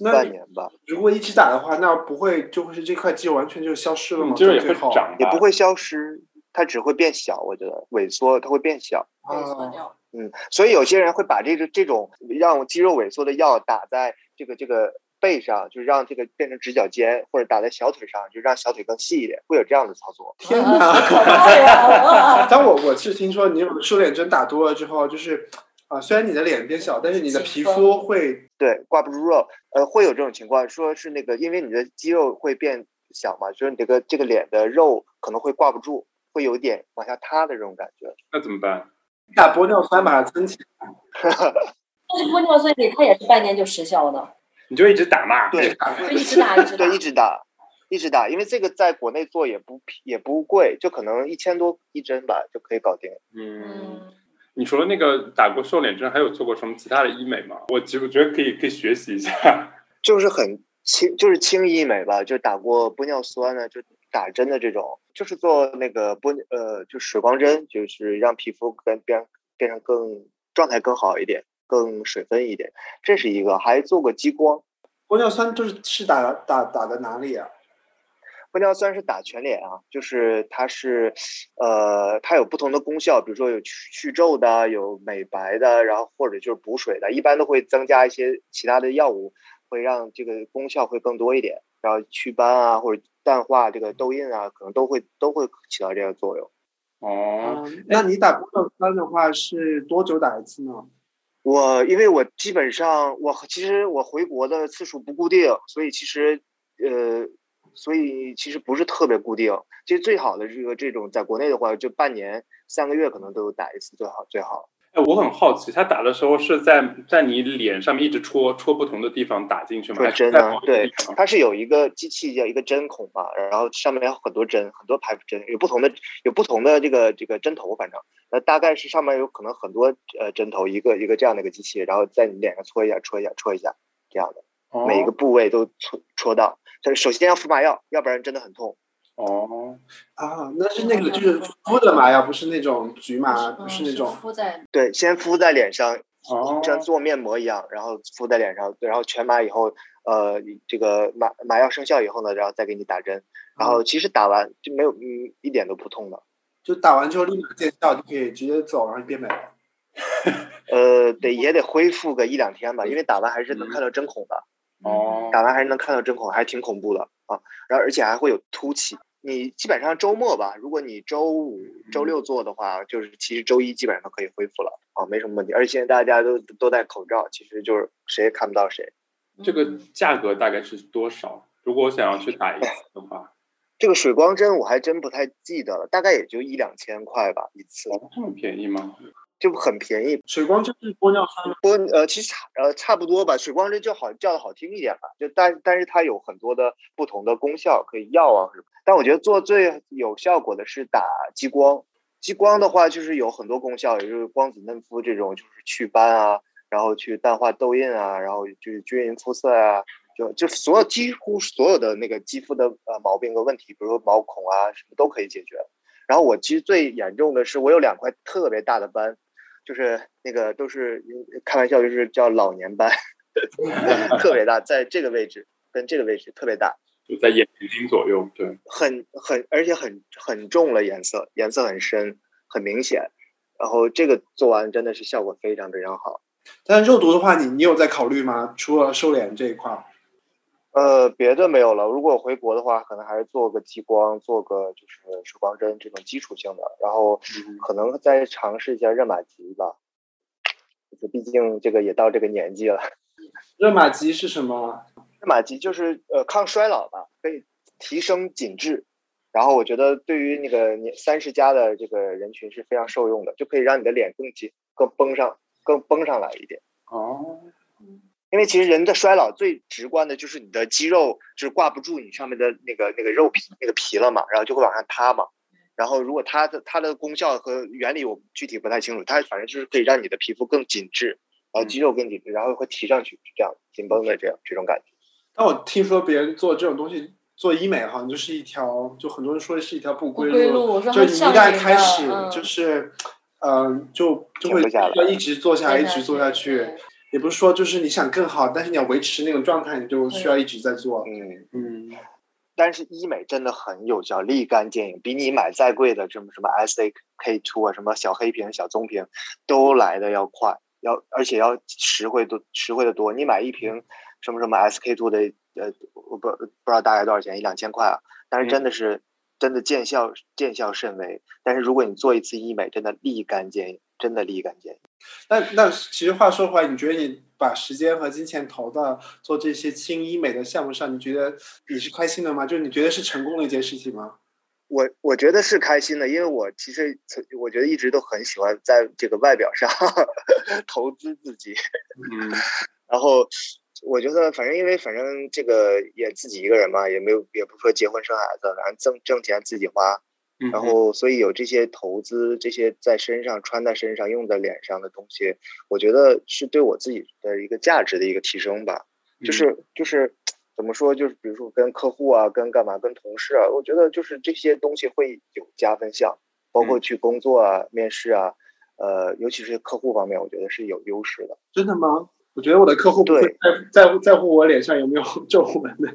S1: 那
S2: 半年吧，
S1: 如果一直打的话，那不会就会是这块肌肉完全就消失了吗？
S4: 你嗯就是也
S1: 到最
S4: 会
S1: 后
S4: 长吧，
S2: 也不会消失，它只会变小，我觉得萎缩它会变小。
S3: 萎缩
S1: 啊，
S3: 掉。
S2: 嗯，所以有些人会把这个这种让肌肉萎缩的药打在这个这个背上，就是让这个变成直角肩，或者打在小腿上，就让小腿更细一点，会有这样的操作。
S1: 天
S3: 啊
S1: 哪！
S3: 好可怕呀！
S1: 但我我是听说，你瘦脸针打多了之后，就是啊，虽然你的脸变小，但是你的皮
S3: 紧
S1: 肤会
S2: 对，挂不住肉，呃，会有这种情况，说是那个因为你的肌肉会变小嘛，就是你这个这个脸的肉可能会挂不住，会有点往下塌的这种感觉。
S4: 那怎么办？
S1: 打玻尿酸把它撑起来。
S3: 但是玻尿酸里它也是半年就失效的，
S4: 你就一直打嘛。
S2: 对，
S3: 就一直打一直打
S2: 对，。一直打，一直打，因为这个在国内做也不也不贵，就可能一千多一针吧就可以搞定。
S4: 嗯，
S3: 嗯，
S4: 你除了那个打过瘦脸针，还有做过什么其他的医美吗？我其实我觉得可以可以学习 一下。
S2: 就是很轻，就是轻医美吧，就打过玻尿酸呢，就打针的这种，就是做那个玻呃，就水光针，就是让皮肤跟变变成更状态更好一点，更水分一点，这是一个。还做过激光，
S1: 玻尿酸就是是打打打的哪里啊？
S2: 玻尿酸是打全脸啊，就是它是呃，它有不同的功效，比如说有去去皱的，有美白的，然后或者就是补水的，一般都会增加一些其他的药物，会让这个功效会更多一点，然后祛斑啊或者淡化这个痘印啊，可能都会都会起到这个作用。
S4: 哦，
S1: 嗯，那你打玻尿酸的话是多久打一次呢？
S2: 我因为我基本上我其实我回国的次数不固定，所以其实呃，所以其实不是特别固定。其实最好的这个这种在国内的话，就半年、三个月可能都有打一次，最好最好。
S4: 哎，我很好奇，他打的时候是在在你脸上面一直戳戳不同的地方打进去吗？
S2: 说
S4: 还是
S2: 针
S4: 在
S2: 呢
S4: 某，一个
S2: 对
S4: 地方，
S2: 它是有一个机器叫一个针孔嘛，然后上面有很多针，很多排针，有不同的有不同的这个这个针头，反正呃大概是上面有可能很多呃针头，一个一个这样的一个
S4: 哦
S2: 机器，然后在你脸上戳一下、戳一下、戳一下这样的。每一个部位都戳戳到。他首先要敷麻药，要不然真的很痛。
S4: 哦，
S1: 啊，那是那个就是敷的麻药，不是那种局
S3: 哦
S1: 麻，啊不是那种
S3: 嗯敷在
S2: 对，先敷在脸上，
S4: 哦
S2: 像做面膜一样，然后敷在脸上，然后全麻以后，呃，这个麻麻药生效以后呢，然后再给你打针，然
S4: 哦
S2: 后其实打完就没有，嗯，一点都不痛的。
S1: 就打完之后立马见效，就可以直接走，然后就变美了。
S2: 呃，得也得恢复个一两天吧，因为打完还是能
S4: 嗯
S2: 看到针孔的，
S4: 哦，
S2: 打完还是能看到针孔，还挺恐怖的啊。然后而且还会有凸起。你基本上周末吧，如果你周五、周六做的话，就是其实周一基本上都可以恢复了啊，没什么问题。而且现在大家都都戴口罩，其实就是谁也看不到谁。
S4: 这个
S3: 嗯
S4: 价格大概是多少？如果我想要去打一次的话，
S2: 这个水光针我还真不太记得了，大概也就一两千块吧一次，
S4: 哦，这么便宜吗？
S2: 就很便宜。
S1: 水光就是玻尿酸，
S2: 不过呃，其实差呃差不多吧，水光针就好叫的好听一点吧，就但但是它有很多的不同的功效可以药啊什么。但我觉得做最有效果的是打激光，激光的话就是有很多功效，也就是光子嫩肤这种，就是祛斑啊，然后去淡化痘印啊，然后就是均匀肤色啊，就就所有几乎所有的那个肌肤的呃毛病和问题，比如说毛孔啊什么都可以解决。然后我其实最严重的是我有两块特别大的斑，就是那个都是开玩笑，就是叫老年斑， 特别大，在这个位置跟这个位置特别大，
S4: 就在眼睛左右，对，
S2: 很很而且很很重了，颜色颜色很深，很明显。然后这个做完真的是效果非常非常好。
S1: 但是肉毒的话，你你有在考虑吗？除了瘦脸这一块儿，
S2: 呃，别的没有了。如果我回国的话，可能还是做个激光，做个就是水光针这种基础性的，然后
S4: 嗯
S2: 可能再尝试一下热玛吉吧。就是毕竟这个也到这个年纪了，
S1: 热玛吉是什么？
S2: 热玛吉就是呃抗衰老吧，可以提升紧致。然后我觉得对于那个年三十加的这个人群是非常受用的，就可以让你的脸更紧、更绷上、更绷上来一点。
S4: 哦，
S2: 因为其实人的衰老最直观的就是你的肌肉就是挂不住你上面的那个那个肉皮那个皮了嘛，然后就会往上塌嘛。然后如果它的它的功效和原理我具体不太清楚，它反正就是可以让你的皮肤更紧致，然后肌肉更紧致，然后会提上去，这样紧绷的这样这种感觉。
S1: 但我听说别人做这种东西做医美，好像就是一条，就很多人说是一条不
S3: 不
S1: 归
S3: 归路，我说
S1: 就
S3: 它
S1: 你一
S3: 上
S1: 旦
S3: 瘾
S1: 开
S3: 的
S1: 始，
S3: 嗯
S1: 就是，嗯、就就
S2: 停
S1: 会
S2: 不下来
S1: 要一直做下来，
S3: 对
S1: 一
S3: 的
S1: 直做
S3: 对
S1: 下
S3: 的
S1: 去。
S3: 对
S1: 也不是说就是你想更好，但是你要维持那种状态，你就需要一直在做。
S2: 嗯，
S1: 嗯，
S2: 但是医美真的很有效，立竿见影，比你买再贵的什么什么 S A K two 啊，什么小黑瓶、小棕瓶，都来的要快，要而且要实惠多，实惠的多。你买一瓶什么什么 S K two 的，呃，我不不知道大概多少钱，一两千块啊，但是真的是、真的见效见效甚微。但是如果你做一次医美，真的立竿见影，真的立竿见影。
S1: 那那其实话说回来，你觉得你把时间和金钱投到做这些轻医美的项目上，你觉得你是开心的吗？就是你觉得是成功的一件事情吗？
S2: 我我觉得是开心的，因为我其实从我觉得一直都很喜欢在这个外表上 投资自己，
S4: 嗯，
S2: 然后我觉得，反正因为反正这个也自己一个人嘛，也没有也不是说结婚生孩子，反正挣挣钱自己花，
S4: 嗯
S2: 然后所以有这些投资，这些在身上穿在身上用在脸上的东西，我觉得是对我自己的一个价值的一个提升吧。
S4: 嗯
S2: 就是就是怎么说，就是比如说跟客户啊，跟干嘛，跟同事啊，我觉得就是这些东西会有加分项，包括
S4: 嗯
S2: 去工作啊、面试啊，呃，尤其是客户方面，我觉得是有优势的。
S1: 真的吗？我觉得我的客户不
S2: 对
S1: 会在在乎在乎我脸上有没有 皱纹的。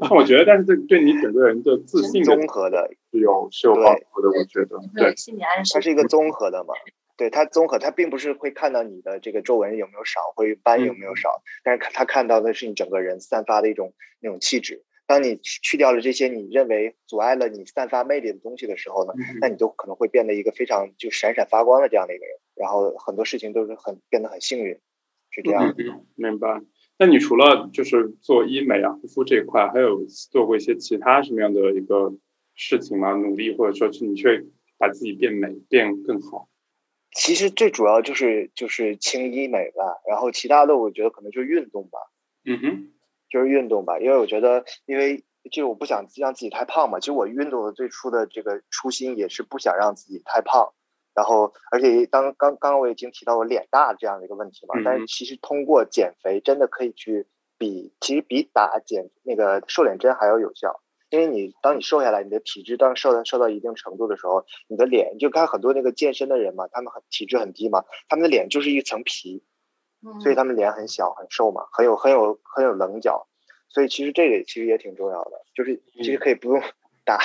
S4: 但我觉得，但是对对你整个人的自信的
S2: 综合的
S4: 是有是有帮助的，我觉得，对
S3: 对，心理暗示
S2: 它。是一个综合的嘛，对它综合，它并不是会看到你的这个皱纹有没有少，会
S4: 嗯
S2: 斑有没有少，但是看它看到的是你整个人散发的一种那种气质。当你去去掉了这些你认为阻碍了你散发魅力的东西的时候呢，
S4: 嗯
S2: 那你就可能会变得一个非常就闪闪发光的这样的一个人，然后很多事情都是很变得很幸运，是这样的。
S4: 嗯，明白。那你除了就是做医美啊、护肤这一块，还有做过一些其他什么样的一个事情吗？努力或者说是你去把自己变美、变更好？
S2: 其实最主要就是就是轻医美吧，然后其他的我觉得可能就是运动吧。
S4: 嗯哼，
S2: 就是运动吧，因为我觉得，因为就是我不想让自己太胖嘛。其实我运动的最初的这个初心也是不想让自己太胖，然后而且当刚刚刚我已经提到我脸大这样的一个问题嘛
S4: 嗯，
S2: 但是其实通过减肥真的可以去比其实比打减那个瘦脸针还要有效。因为你当你瘦下来，你的体质当瘦到瘦到一定程度的时候，你的脸你就看很多那个健身的人嘛，他们很体质很低嘛，他们的脸就是一层皮，
S3: 嗯
S2: 所以他们脸很小很瘦嘛，很有很有很有棱角。所以其实这个其实也挺重要的，就是其实可以不用 打。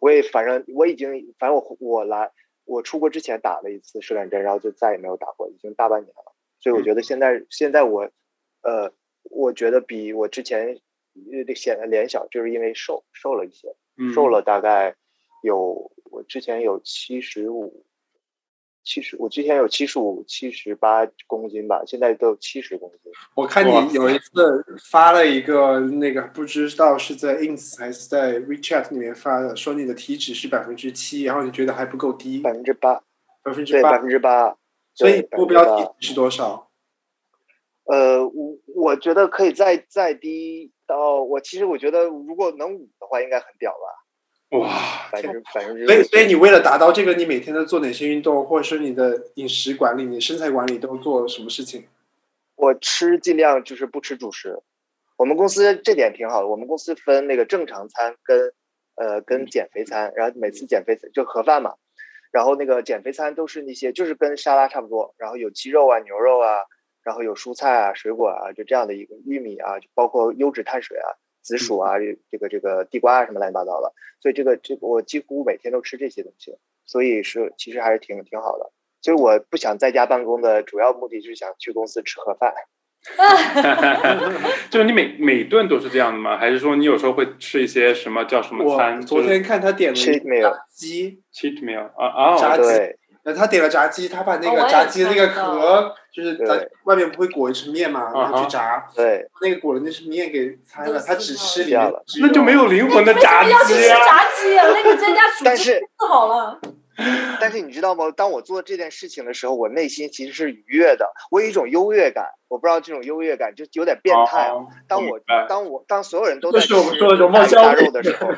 S2: 我也反正我已经反正我我来我出国之前打了一次瘦脸针，然后就再也没有打过，已经大半年了。所以我觉得现在、现在我呃，我觉得比我之前呃显得脸小，就是因为瘦瘦了一些，
S4: 嗯
S2: 瘦了大概有我之前有七十五，七十我之前有七十五、七十八公斤吧，现在都有七十公斤。
S1: 我看
S4: 哇
S1: 你有一次发了一个那个不知道是在 ins 还是在 WeChat 里面发的，说你的体脂是百分之七，然后你觉得还不够低，
S2: 百分之八，
S1: 百分之
S2: 对，百
S1: 八，
S2: 分之八。
S1: 所以
S2: 对
S1: 目标
S2: 百分之
S1: 体
S2: 八
S1: 脂是多少？
S2: 呃，我我觉得可以再再低到我其实我觉得如果能五的话，应该很屌吧，
S4: 哇，
S2: 百分之百分之。
S1: 所以，所以你为了达到这个，你每天在做哪些运动，或者是你的饮食管理、你身材管理都做什么事情？
S2: 我吃尽量就是不吃主食。我们公司这点挺好的，我们公司分那个正常餐跟呃跟减肥餐，然后每次减肥餐就盒饭嘛，然后那个减肥餐都是那些就是跟沙拉差不多，然后有鸡肉啊、牛肉啊，然后有蔬菜啊、水果啊，就这样的一个玉米啊，就包括优质碳水啊、紫薯啊、这个这个地瓜啊什么乱七八糟的，所以这个这个我几乎每天都吃这些东西，所以是其实还是挺挺好的。所以我不想在家办公的主要目的就是想去公司吃盒饭。
S4: 就是你每每顿都是这样的吗？还是说你有时候会吃一些什么叫什么
S1: 我
S4: 餐？
S1: 昨天看他
S4: 嗯
S1: 点了
S2: 吃
S1: 一
S2: 没有
S1: 炸鸡，
S4: cheat meal 啊
S1: 炸
S4: 啊，
S1: 鸡
S2: 对，
S1: 然后他点了炸鸡，他把那
S3: 哦我
S1: 个
S3: 也
S1: 炸鸡的那个
S3: 看到
S1: 壳，就是它
S2: 对
S1: 外面不会裹一层面嘛，然后
S4: 啊哈
S1: 去炸，
S2: 对，
S1: 那个裹的那层面给拆了，
S3: 都
S1: 他只吃里
S2: 掉
S1: 面
S2: 了，
S4: 那就没。有灵魂的炸
S3: 要去吃
S4: 鸡啊！
S3: 炸鸡啊？那你在家煮
S2: 但
S3: 就是不好了。
S2: 但是你知道吗？当我做这件事情的时候，我内心其实是愉悦的，我有一种优越感。我不知道这种优越感就有点变态。啊
S4: 哦
S2: 当
S4: 明
S2: 我
S4: 白
S2: 当我当所有人都
S1: 这
S2: 在
S1: 是
S2: 吃
S1: 我们说的容貌
S2: 大鱼
S1: 焦
S2: 大
S1: 虑
S2: 肉的时 候，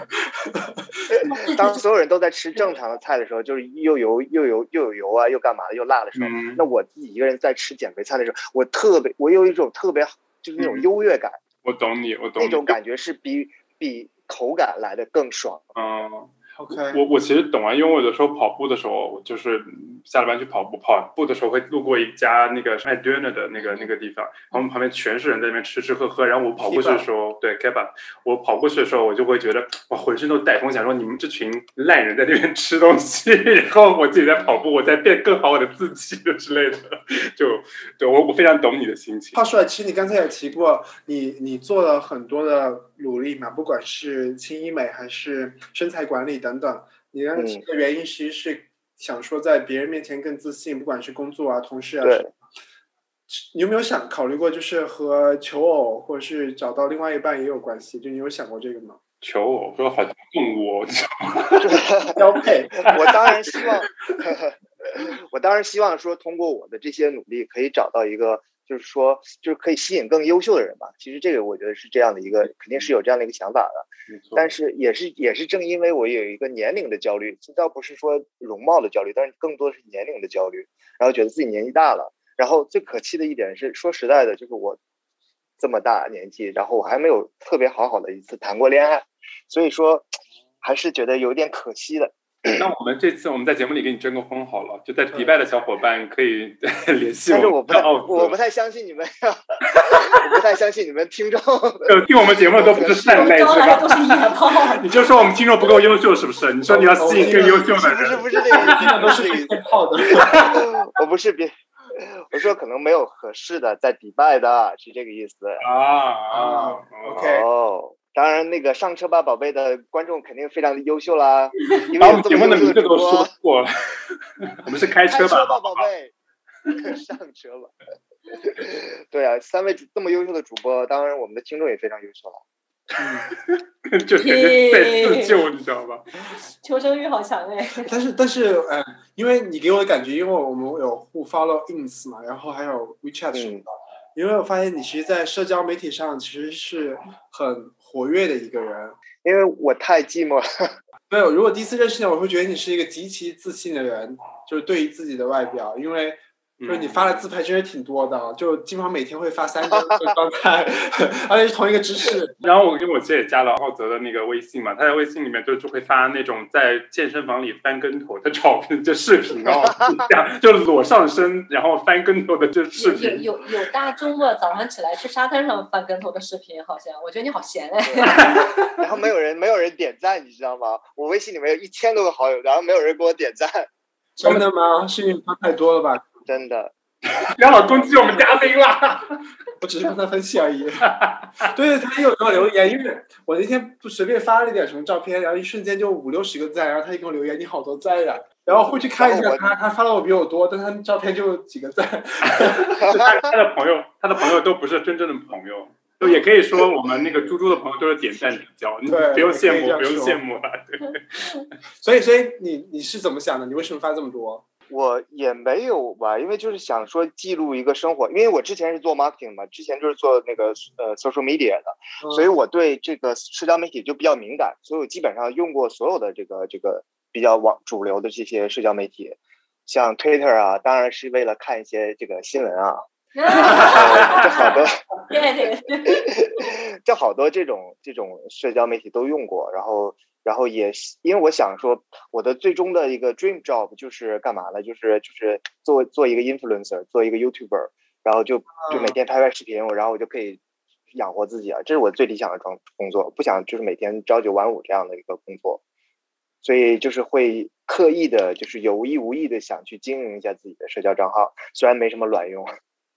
S2: 当所有人都在吃正常的菜的时候，就是又油又油又有油啊，又干嘛的又辣的时候，
S4: 嗯
S2: 那我自己一个人在吃减肥餐的时候，我特别，我有一种特别就是那种
S4: 嗯
S2: 优越感，
S4: 我懂你，我懂
S2: 那
S4: 你。
S2: 种感觉是比比口感来的更爽。
S4: 嗯，
S1: OK，
S4: 我我其实懂啊，因为我有时候跑步的时候，我就是下了班去跑步，跑步的时候会路过一家那个卖 döner 的那个那个地方，然后我们旁边全是人在那边吃吃喝喝，然后我跑过去的时候，对 k e b a 我跑过去的时候，我就会觉得哇，浑身都带风，想说你们这群烂人在那边吃东西， 然后我自己在跑步，我在变更好我的自己之类的，就对我我非常懂你的心情。
S1: 话说来，其实你刚才也提过，你你做了很多的努力嘛，不管是轻医美还是身材管理等等，你让
S2: 嗯
S1: 这个原因其实是想说在别人面前更自信，不管是工作啊、同事啊
S2: 对
S1: 什么。你有没有想考虑过，就是和求偶或者是找到另外一半也有关系？就你有想过这个吗？
S4: 求偶，我说好像动 物哦，
S1: 标配，
S2: 我当然希望， 我当然希望说通过我的这些努力，可以找到一个就是说就是可以吸引更优秀的人吧。其实这个我觉得是这样的一个，肯定是有这样的一个想法的。
S4: 没错
S2: 但是也是也是正因为我有一个年龄的焦虑，倒不是说容貌的焦虑，但是更多的是年龄的焦虑。然后觉得自己年纪大了，然后最可气的一点是，说实在的，就是我这么大年纪，然后我还没有特别好好的一次谈过恋爱，所以说还是觉得有点可惜的。
S4: 那我们这次我们在节目里给你争个风好了，就在迪拜的小伙伴可以联系
S2: 但是
S4: 我
S2: 我不太，
S4: 们的奥
S2: 我不
S4: 斯，
S2: 太相信你们， 我不太相信你们听众。
S4: 就听我们节目的都不是
S3: 我
S4: 善
S3: 们
S4: 类是
S3: 招来的
S4: 吧？
S3: 都是野炮。
S4: 你就说我们听众不够优秀是不是？你说你要吸引更优秀的
S2: 不是
S4: 人，
S2: 不是这个意思，
S1: 都
S2: 不是这个意
S1: 是
S2: 思，
S1: 骗炮的。
S2: 我不是别， 我说可能没有合适的在迪拜的，是这个意思。
S4: 啊啊
S1: 啊
S4: 哦
S1: OK
S2: 哦，当然那个上车吧宝贝的观众肯定非常的优秀 啦，因为
S4: 把我
S2: 有
S4: 们
S2: 这
S4: 节目
S2: 么
S4: 的
S2: 优秀
S4: 名字
S2: 的主
S4: 都说
S2: 播，
S4: 错了，我们是开
S2: 开
S4: 车吧？
S2: 吧宝贝，上车吧。 对啊，三位这么优秀的主播，当然我们的听众也非常优秀了。
S4: 就感觉在自救，你知道吧？
S3: 求生欲好强哎！
S1: 但是但是呃，因为你给我的感觉，因为我们有互 follow ins 嘛，然后还有 WeChat 什么的，因为我发现你其实，在社交媒体上其实是很活跃的一个人。
S2: 因为我太寂寞了。
S1: 没有，如果第一次认识你，我会觉得你是一个极其自信的人，就是对于自己的外表，因为
S4: 嗯
S1: 就是你发的自拍真是挺多的，就基本上每天会发三张四张拍， 而且是同一个姿 势。
S4: 然后我因为我姐也加了浩泽的那个微信嘛，他在微信里面就就会发那种在健身房里翻跟头的照片，就视 频哦， 这样就裸上身然后翻跟头的这视
S3: 有
S4: 频。
S3: 有有大周末早上起来去沙滩上翻跟头的视频，好像我觉得你好闲哎。
S2: 然后没有人没有人点赞，你知道吗？我微信里面有一千多个好友，然后没有人给我点赞，
S1: 真的吗？是因为你发太多了吧？
S2: 真的。
S4: 不要老攻击我们嘉宾啦！
S1: 我只是跟他分析而已。 对，他有给我留言，因为我那天不随便发了一点什么照片，然后一瞬间就五六十个赞，然后他就给我留言你好多赞呀、然后会去看一
S2: 然后
S1: 下
S2: 哦我
S1: 他，他发的我比我多，但他照片就几个赞。
S4: 就他他的朋友，他的朋友都不是真正的朋友，就也可以说我们那个猪猪的朋友都是点赞之交，你
S1: 对
S4: 不用羡
S1: 可以
S4: 慕
S1: 这，样
S4: 不用
S1: 说
S4: 羡慕了。
S1: 所以，所以你你是怎么想的？你为什么发这么多？
S2: 我也没有吧，因为就是想说记录一个生活，因为我之前是做 marketing 嘛，之前就是做那个呃 social media 的，所以
S1: 嗯
S2: 我对这个社交媒体就比较敏感，所以我基本上用过所有的这个这个比较网主流的这些社交媒体，像 Twitter 啊，当然是为了看一些这个新闻啊，这好多
S3: 对对对，
S2: 这好多这种这种社交媒体都用过，然后然后也是因为我想说，我的最终的一个 dream job 就是干嘛呢？就是就是做做一个 influencer，做一个 YouTuber，然后就就每天拍拍视频，我然后我就可以养活自己啊，这是我最理想的状工作，不想就是每天朝九晚五这样的一个工作，所以就是会刻意的，就是有意无意的想去经营一下自己的社交账号，虽然没什么卵用。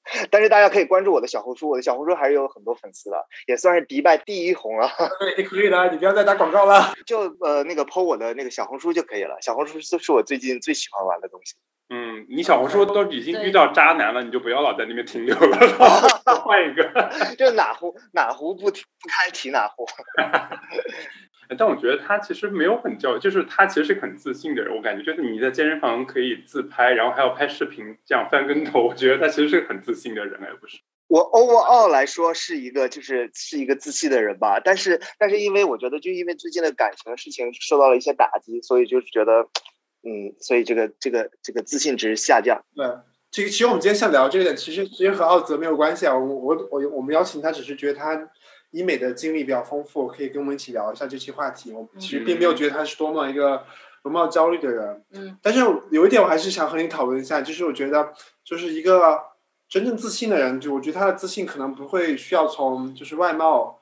S2: 但是大家可以关注我的小红书，我的小红书还是有很多粉丝的，也算是迪拜第一红了。啊
S1: 对，你可以的，你不要再打广告了。
S2: 就呃那个 PO 我的那个小红书就可以了，小红书就是我最近最喜欢玩的东西。
S4: 嗯，你小红书都已经
S3: 对
S4: 遇到渣男了，你就不要老在那边停留了，换一个。
S2: 就哪壶哪壶不提不开提哪壶，
S4: 但我觉得他其实没有很教，就是他其实是很自信的人。我感觉就是你在健身房可以自拍，然后还要拍视频，这样翻跟头，我觉得他其实是很自信的人，哎，不是？
S2: 我 overall 来说是一个就是是一个自信的人吧，但是但是因为我觉得就因为最近的感情事情受到了一些打击，所以就是觉得嗯，所以这个这个这个自信值下降。
S1: 对，这个其实我们今天想聊这个点，其实其实和奥泽没有关系啊。我我我我们邀请他，只是觉得他医美的经历比较丰富，可以跟我们一起聊一下这期话题。我其实并没有觉得他是多么一个容貌焦虑的人，
S3: 嗯，
S1: 但是有一点我还是想和你讨论一下，就是我觉得就是一个真正自信的人，就我觉得他的自信可能不会需要从就是外貌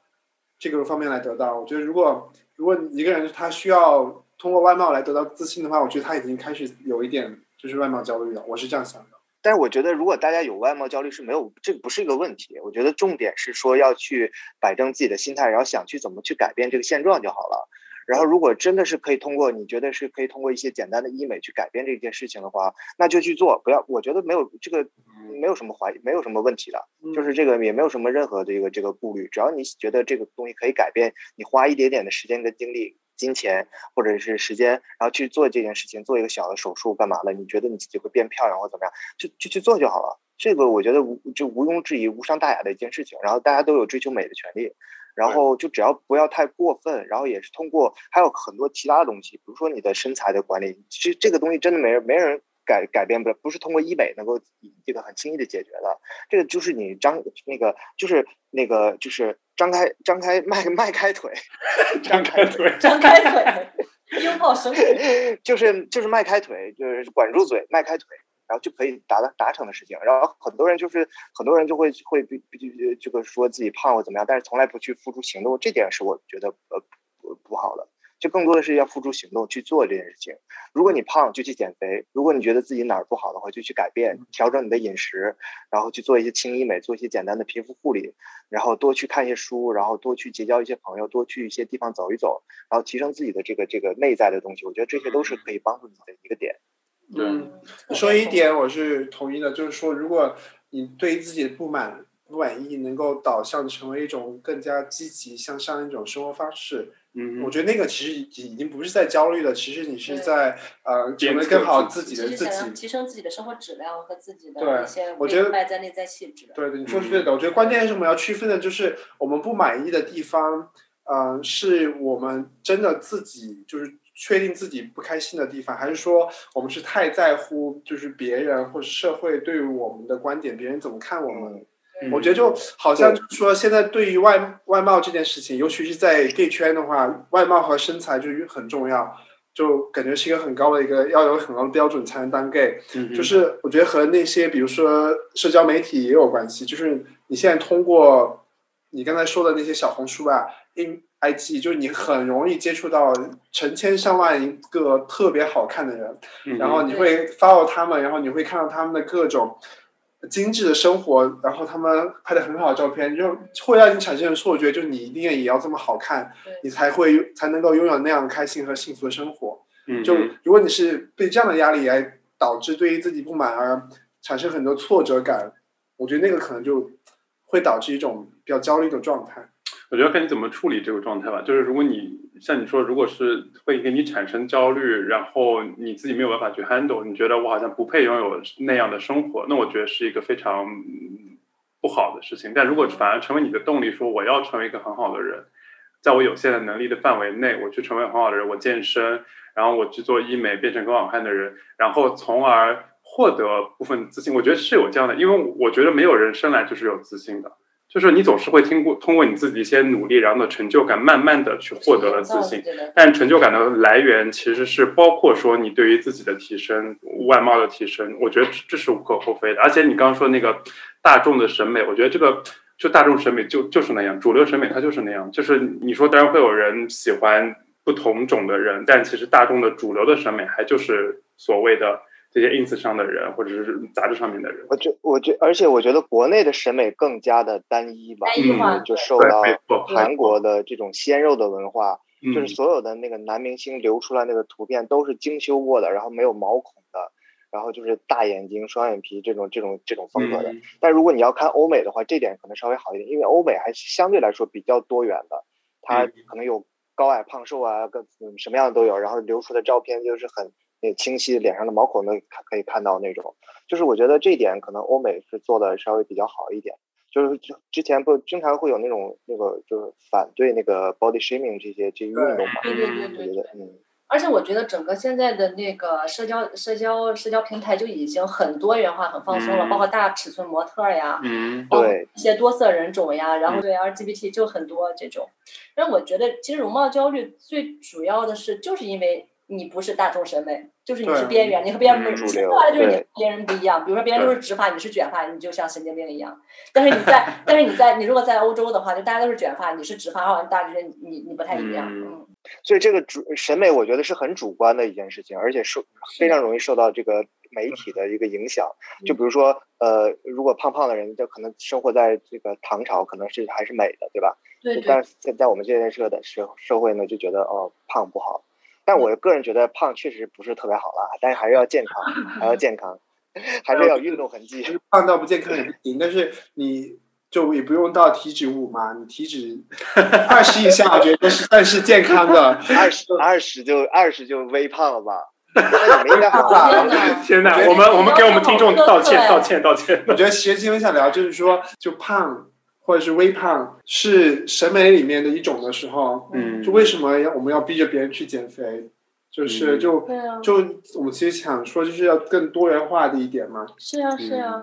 S1: 这个方面来得到。我觉得如果如果一个人他需要通过外貌来得到自信的话，我觉得他已经开始有一点就是外貌焦虑了。我是这样想的。
S2: 但是我觉得，如果大家有外貌焦虑是没有，这个不是一个问题。我觉得重点是说要去摆正自己的心态，然后想去怎么去改变这个现状就好了。然后，如果真的是可以通过，你觉得是可以通过一些简单的医美去改变这件事情的话，那就去做，不要，我觉得没有这个
S4: 嗯
S2: 没有什么怀疑，没有什么问题的，就是这个也没有什么任何的这个这个顾虑，只要你觉得这个东西可以改变，你花一点点的时间跟精力、金钱或者是时间，然后去做这件事情，做一个小的手术干嘛的，你觉得你自己会变漂亮或怎么样？就就去做就好了。这个我觉得无就毋庸置疑、无伤大雅的一件事情。然后大家都有追求美的权利，然后就只要不要太过分，然后也是通过还有很多其他的东西，比如说你的身材的管理，其实这个东西真的没人没人改改变不了，不是通过医美能够这个很轻易的解决的。这个就是你张那个就是那个就是张开张开迈迈开腿，
S4: 张开腿，
S3: 张开腿，拥抱生活。
S2: 就是就是迈开腿，就是管住嘴，迈开腿，然后就可以达到达成的事情。然后很多人就是很多人就会会比比比这个说自己胖或怎么样，但是从来不去付出行动，这点是我觉得呃不不好的。就更多的是要付出行动去做这件事情。如果你胖，就去减肥；如果你觉得自己哪儿不好的话，就去改变，调整你的饮食，然后去做一些轻医美，做一些简单的皮肤护理，然后多去看一些书，然后多去结交一些朋友，多去一些地方走一走，然后提升自己的这个这个内在的东西，我觉得这些都是可以帮助你的一个点。
S4: 对
S1: 嗯，你说一点我是同意的，就是说，如果你对于自己的不满不满意能够导向成为一种更加积极向上的一种生活方式，
S4: 嗯
S1: 我，觉得那个其实已已经不是在焦虑了，其实你是
S3: 对
S1: 在呃成为
S4: 鞭策
S1: 更好
S4: 自
S1: 自
S4: 己
S1: 己的
S3: 其实
S1: 自
S3: 想要
S1: 己。
S3: 提升自己的生活质量和自己的
S1: 对
S3: 一些
S1: 我觉得
S3: 外在内在气质。
S1: 对对，你说是
S4: 嗯
S1: 对的。我觉得关键是我们要区分的就是我们不满意的地方，呃，是我们真的自己就是确定自己不开心的地方，还是说我们是太在乎就是别人或者社会对于我们的观点，别人怎么看我们？
S4: 嗯
S1: 我觉得就好像就是说，现在对于外外貌这件事情，尤其是在 gay 圈的话，外貌和身材就是很重要，就感觉是一个很高的一个要有很高的标准才能当 gay。
S4: 嗯
S1: 就是我觉得和那些比如说社交媒体也有关系，就是你现在通过你刚才说的那些小红书啊、in IG，就是你很容易接触到成千上万一个特别好看的人，
S4: 嗯
S1: 然后你会 follow 他们，然后你会看到他们的各种精致的生活，然后他们拍的很好的照片，就会让你产生错觉，就是你一定也要这么好看
S3: 对，
S1: 你才会才能够拥有那样开心和幸福的生活。
S4: 嗯
S1: 就
S4: 嗯
S1: 如果你是被这样的压力来导致对于自己不满而产生很多挫折感，我觉得那个可能就会导致一种比较焦虑的状态。
S4: 我觉得看你怎么处理这个状态吧。就是如果你像你说，如果是会给你产生焦虑，然后你自己没有办法去 handle，你觉得我好像不配拥有那样的生活，那我觉得是一个非常嗯不好的事情。但如果反而成为你的动力，说我要成为一个很好的人，在我有限的能力的范围内，我去成为很好的人，我健身，然后我去做医美，变成更好看的人，然后从而获得部分自信。我觉得是有这样的，因为我觉得没有人生来就是有自信的，就是你总是会听过通过你自己一些努力，然后的成就感，慢慢的去获得了自信。
S3: 对的，
S4: 但成就感的来源其实是包括说你对于自己的提升、外貌的提升，我觉得这这是无可厚非的。而且你刚刚说那个大众的审美，我觉得这个就大众审美就就是那样，主流审美它就是那样。就是你说，当然会有人喜欢不同种的人，但其实大众的主流的审美还就是所谓的这些 ins 上的人，或者是杂志上面的人。
S2: 我觉我觉，而且我觉得国内的审美更加的单一吧，
S3: 单一化嗯
S2: 就受
S4: 对
S2: 到，
S4: 没错，
S2: 韩国的这种鲜肉的文化，
S4: 嗯
S2: 就是所有的那个男明星流出来那个图片都是精修过的，然后没有毛孔的，然后就是大眼睛、双眼皮这种这种这种风格的。
S4: 嗯
S2: 但如果你要看欧美的话，这点可能稍微好一点，因为欧美还是相对来说比较多元的，它
S4: 嗯
S2: 可能有高矮胖瘦啊，各嗯什么样的都有，然后流出的照片就是很那清晰，脸上的毛孔都看可以看到那种。就是我觉得这一点可能欧美是做的稍微比较好一点。就是就之前不经常会有那种那个就是反对那个 body shaming 这些这些运动嘛，
S3: 对对对
S2: 我
S3: 对
S2: 觉
S3: 对
S2: 得。嗯。
S3: 而且我觉得整个现在的那个社交社交社交平台就已经很多元化、很放松了，
S4: 嗯
S3: 包括大尺寸模特呀，
S4: 嗯
S3: 包括
S2: 对
S3: 一些多色人种呀，然后
S4: 嗯
S3: 对 LGBT 就很多这种。但我觉得其实容貌焦虑最主要的是，就是因为你不是大众审美，就是你是
S1: 对
S3: 边缘，你和别人不
S4: 嗯
S3: 是
S2: 主流
S3: 说白了就是你
S2: 对
S3: 和别人不一样。比如说别人都是直发，你是卷发，你就像神经病一样。但是你在，但是你在，你如果在欧洲的话，就大家都是卷发，你是直发，然后大家觉得你你你不太一样。
S4: 嗯
S3: 嗯，
S2: 所以这个主审美，我觉得是很主观的一件事情，而且受非常容易受到这个媒体的一个影响。
S3: 嗯
S2: 就比如说，呃，如果胖胖的人，就可能生活在这个唐朝，可能是还是美的，对吧？
S3: 对对
S2: 但是在在我们这边社的社社会呢，就觉得哦，胖不好。但
S3: 嗯
S2: 我个人觉得胖确实不是特别好啦，但是还是要健康，还要健康，还 是要有运动痕迹
S1: 就。是胖到不健康也
S4: 嗯
S1: 不行，但是你就也不用到体脂五嘛，你体脂二十以下，我觉得是算是健康的。
S2: 二十二十就二十就微胖了 吧？那你们应该很
S1: 啊
S2: 好
S3: 天。哪！
S4: 天哪
S1: 我觉！得
S4: 我们我们给我们听众
S3: 你要
S4: 道歉
S3: 这么苛刻
S4: 道歉道歉。
S1: 我觉得其实今天想聊就是说，就胖或者是微胖是审美里面的一种的时候，
S4: 嗯，
S1: 就为什么要我们要逼着别人去减肥？就是
S4: 嗯
S1: 就
S3: 对啊，
S1: 就我们其实想说，就是要更多元化的一点嘛。
S3: 是啊，
S4: 嗯
S3: 是啊，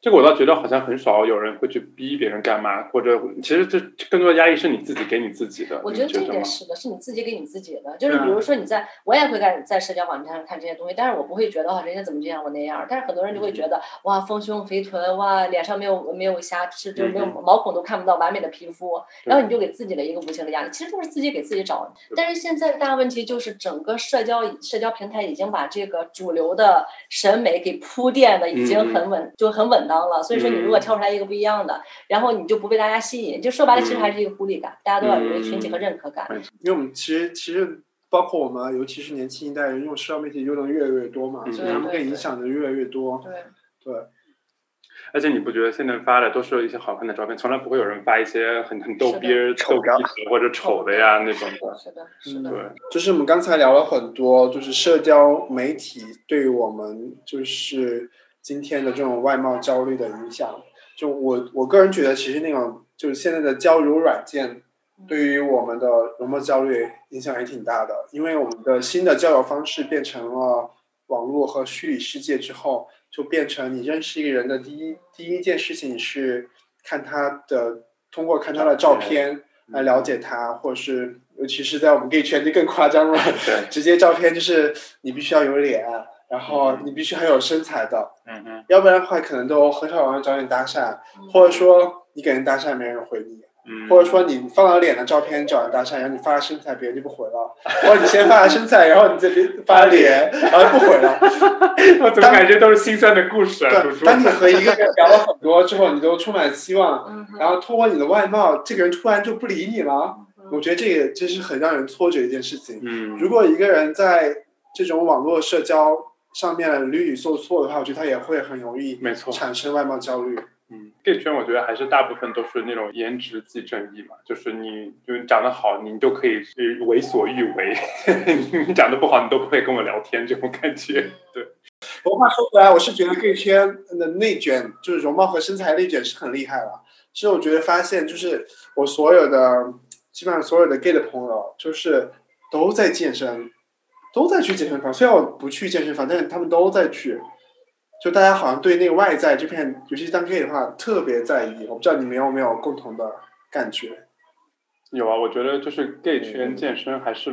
S4: 这个我倒觉得好像很少有人会去逼别人干嘛，或者其实这更多的压力是你自己给你自己的。
S3: 我觉得
S4: 你
S3: 这
S4: 觉
S3: 一
S4: 得吗嗯
S3: 点？是的，是你自己给你自己的。就是
S1: 对啊
S3: 比如说你在，我也会在在社交网站上看这些东西，但是我不会觉得哇，人家怎么这样，我那样。但是很多人
S4: 嗯
S3: 就会觉得哇，丰胸肥臀，哇，脸上没有没有瑕疵，就是没有
S4: 嗯
S3: 毛孔都看不到，完美的皮肤，
S4: 对
S3: 然后你就给自己的一个无形的压力，其实都是自己给自己找的
S4: 对。
S3: 但是现在大问题就是整个社交社交平台已经把这个主流的审美给铺垫的已经很稳，就很稳当了。所以说你如果
S4: 嗯
S3: 跳出来一个不一样的，然后你就不被大家吸引，就说白了，其实
S4: 嗯
S3: 还是一个孤立感，大家都要有一个群
S1: 嗯
S3: 体和认可感。
S1: 因为我们其实其实包括我们，尤其是年轻一代人用社交媒体用的越来越多嘛，
S4: 嗯
S1: 所以他们被影响的越来越多。
S3: 对，
S1: 对，
S4: 而且你不觉得现在发的都是一些好看的照片，从来不会有人发一些很很逗逼儿、
S2: 丑
S4: 逗逼
S2: 的
S4: 的或者丑的呀那种的。
S3: 是的，是
S4: 对
S1: 嗯
S3: 的，，
S1: 就是我们刚才聊了很多，就是社交媒体对于我们就是今天的这种外貌焦虑的影响。就我我个人觉得，其实那种就是现在的交友软件对于我们的容貌焦虑影响也挺大的，因为我们的新的交友方式变成了网络和虚拟世界之后，就变成你认识一个人的第一第一件事情是看他的，通过看他的照片嗯来了解他，或者是尤其是在我们 gay 圈就更夸张了，
S4: 对，
S1: 直接照片就是你必须要有脸，然后你必须很有身材的，
S4: 嗯嗯
S1: 要不然的话可能都很少有人找你搭讪，
S3: 嗯
S1: 或者说你给人搭讪没人回你。
S4: 嗯，
S1: 或者说你放了脸的照片找人搭讪，然后你发了身材，别人就不回了； 或者你先发了身材，然后你再发了 脸，然后不回了。
S4: 我怎么感觉都是心酸的故事啊，读
S1: 对，
S4: 书。
S1: 当你和一个人聊了很多之后，你都充满希望，
S3: 嗯哼，嗯
S1: 然后通过你的外貌，这个人突然就不理你了。我觉得这个真是很让人挫折的一件事情。
S4: 嗯，
S1: 如果一个人在这种网络社交上面屡屡受挫的话，我觉得他也会很容易
S4: 没错，
S1: 产生外貌焦虑。
S4: 嗯，gay 圈我觉得还是大部分都是那种颜值即正义嘛，就是你就是长得好，你就可以呃为所欲为； 你长得不好，你都不会跟我聊天，这种感
S1: 嗯
S4: 觉。对，
S1: 不过话说回来，我是觉得 gay 圈的呃内卷，就是容貌和身材内卷是很厉害了。是我觉得发现，就是我所有的，基本上所有的 gay 的朋友，就是都在健身，都在去健身房。虽然我不去健身房，但是他们都在去。就大家好像对那个外在这片，尤其是当 gay 的话，特别在意。我不知道你们有没有共同的感觉？
S4: 有啊，我觉得就是 gay
S1: 嗯
S4: 圈健身还是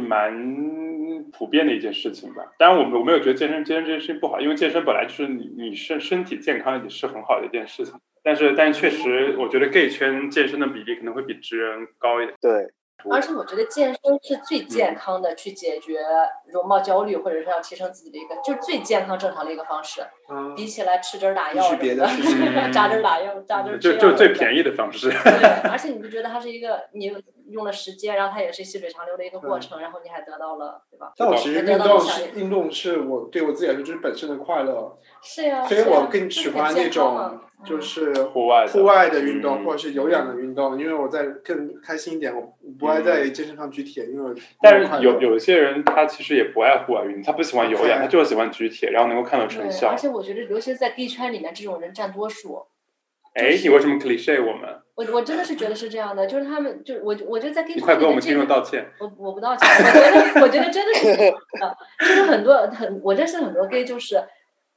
S4: 蛮普遍的一件事情吧。当然，我们我没有觉得健身健身这件事情不好，因为健身本来就是你你身身体健康也是很好的一件事情。但是，但确实，我觉得 gay 圈健身的比例可能会比直人高一点。
S2: 对，
S3: 而且我觉得健身是最
S1: 嗯
S3: 健康的，去解决容貌焦虑或者是要提升自己的一个，就是最健康正常的一个方式，
S1: 嗯，
S3: 比起来吃针儿打药
S1: 比起
S3: 什
S1: 别
S3: 么
S1: 的事情
S3: 扎针儿打药、
S1: 啊
S3: 扎针儿吃
S4: 就
S3: 药
S4: 就最
S3: 什么的
S4: 便宜的方式。
S3: 对，而且你不觉得它是一个你用了时间，然后它也是细水长流的一个过
S1: 嗯
S3: 程，然后你还得到了，对吧？
S1: 但我其实运动是运动是我对我自己来说就是本身的快乐。
S3: 是呀，
S1: 所以
S3: 是呀
S1: 我更喜欢那种
S3: 嗯
S1: 就是
S4: 户外的
S1: 户外的运动
S4: 嗯
S1: 或者是有氧的运动，因为我在更开心一点，我不爱在健身房举铁，因为我
S4: 嗯但是有
S1: 有
S4: 有一些人，他其实也不爱户外运动，他不喜欢有氧，
S1: 对
S4: 他就是喜欢举铁，然后能够看到
S3: 这个
S4: 成
S3: 很健康啊对，而。
S4: 效
S3: 且我觉得，尤其是在 gay 圈里面，这种人占多数。
S4: 哎，你为什么 cliche 我们？
S3: 我我真的是觉得是这样的，就是他们，就是我我觉得在 gay
S4: 你
S3: 圈
S4: 快
S3: 里
S4: 跟我们
S3: 面，
S4: 听
S3: 这
S4: 众
S3: 个
S4: 道歉。
S3: 我我不道歉，我觉得我觉得真的是这样的， 就是很多很我认识很多 gay 就是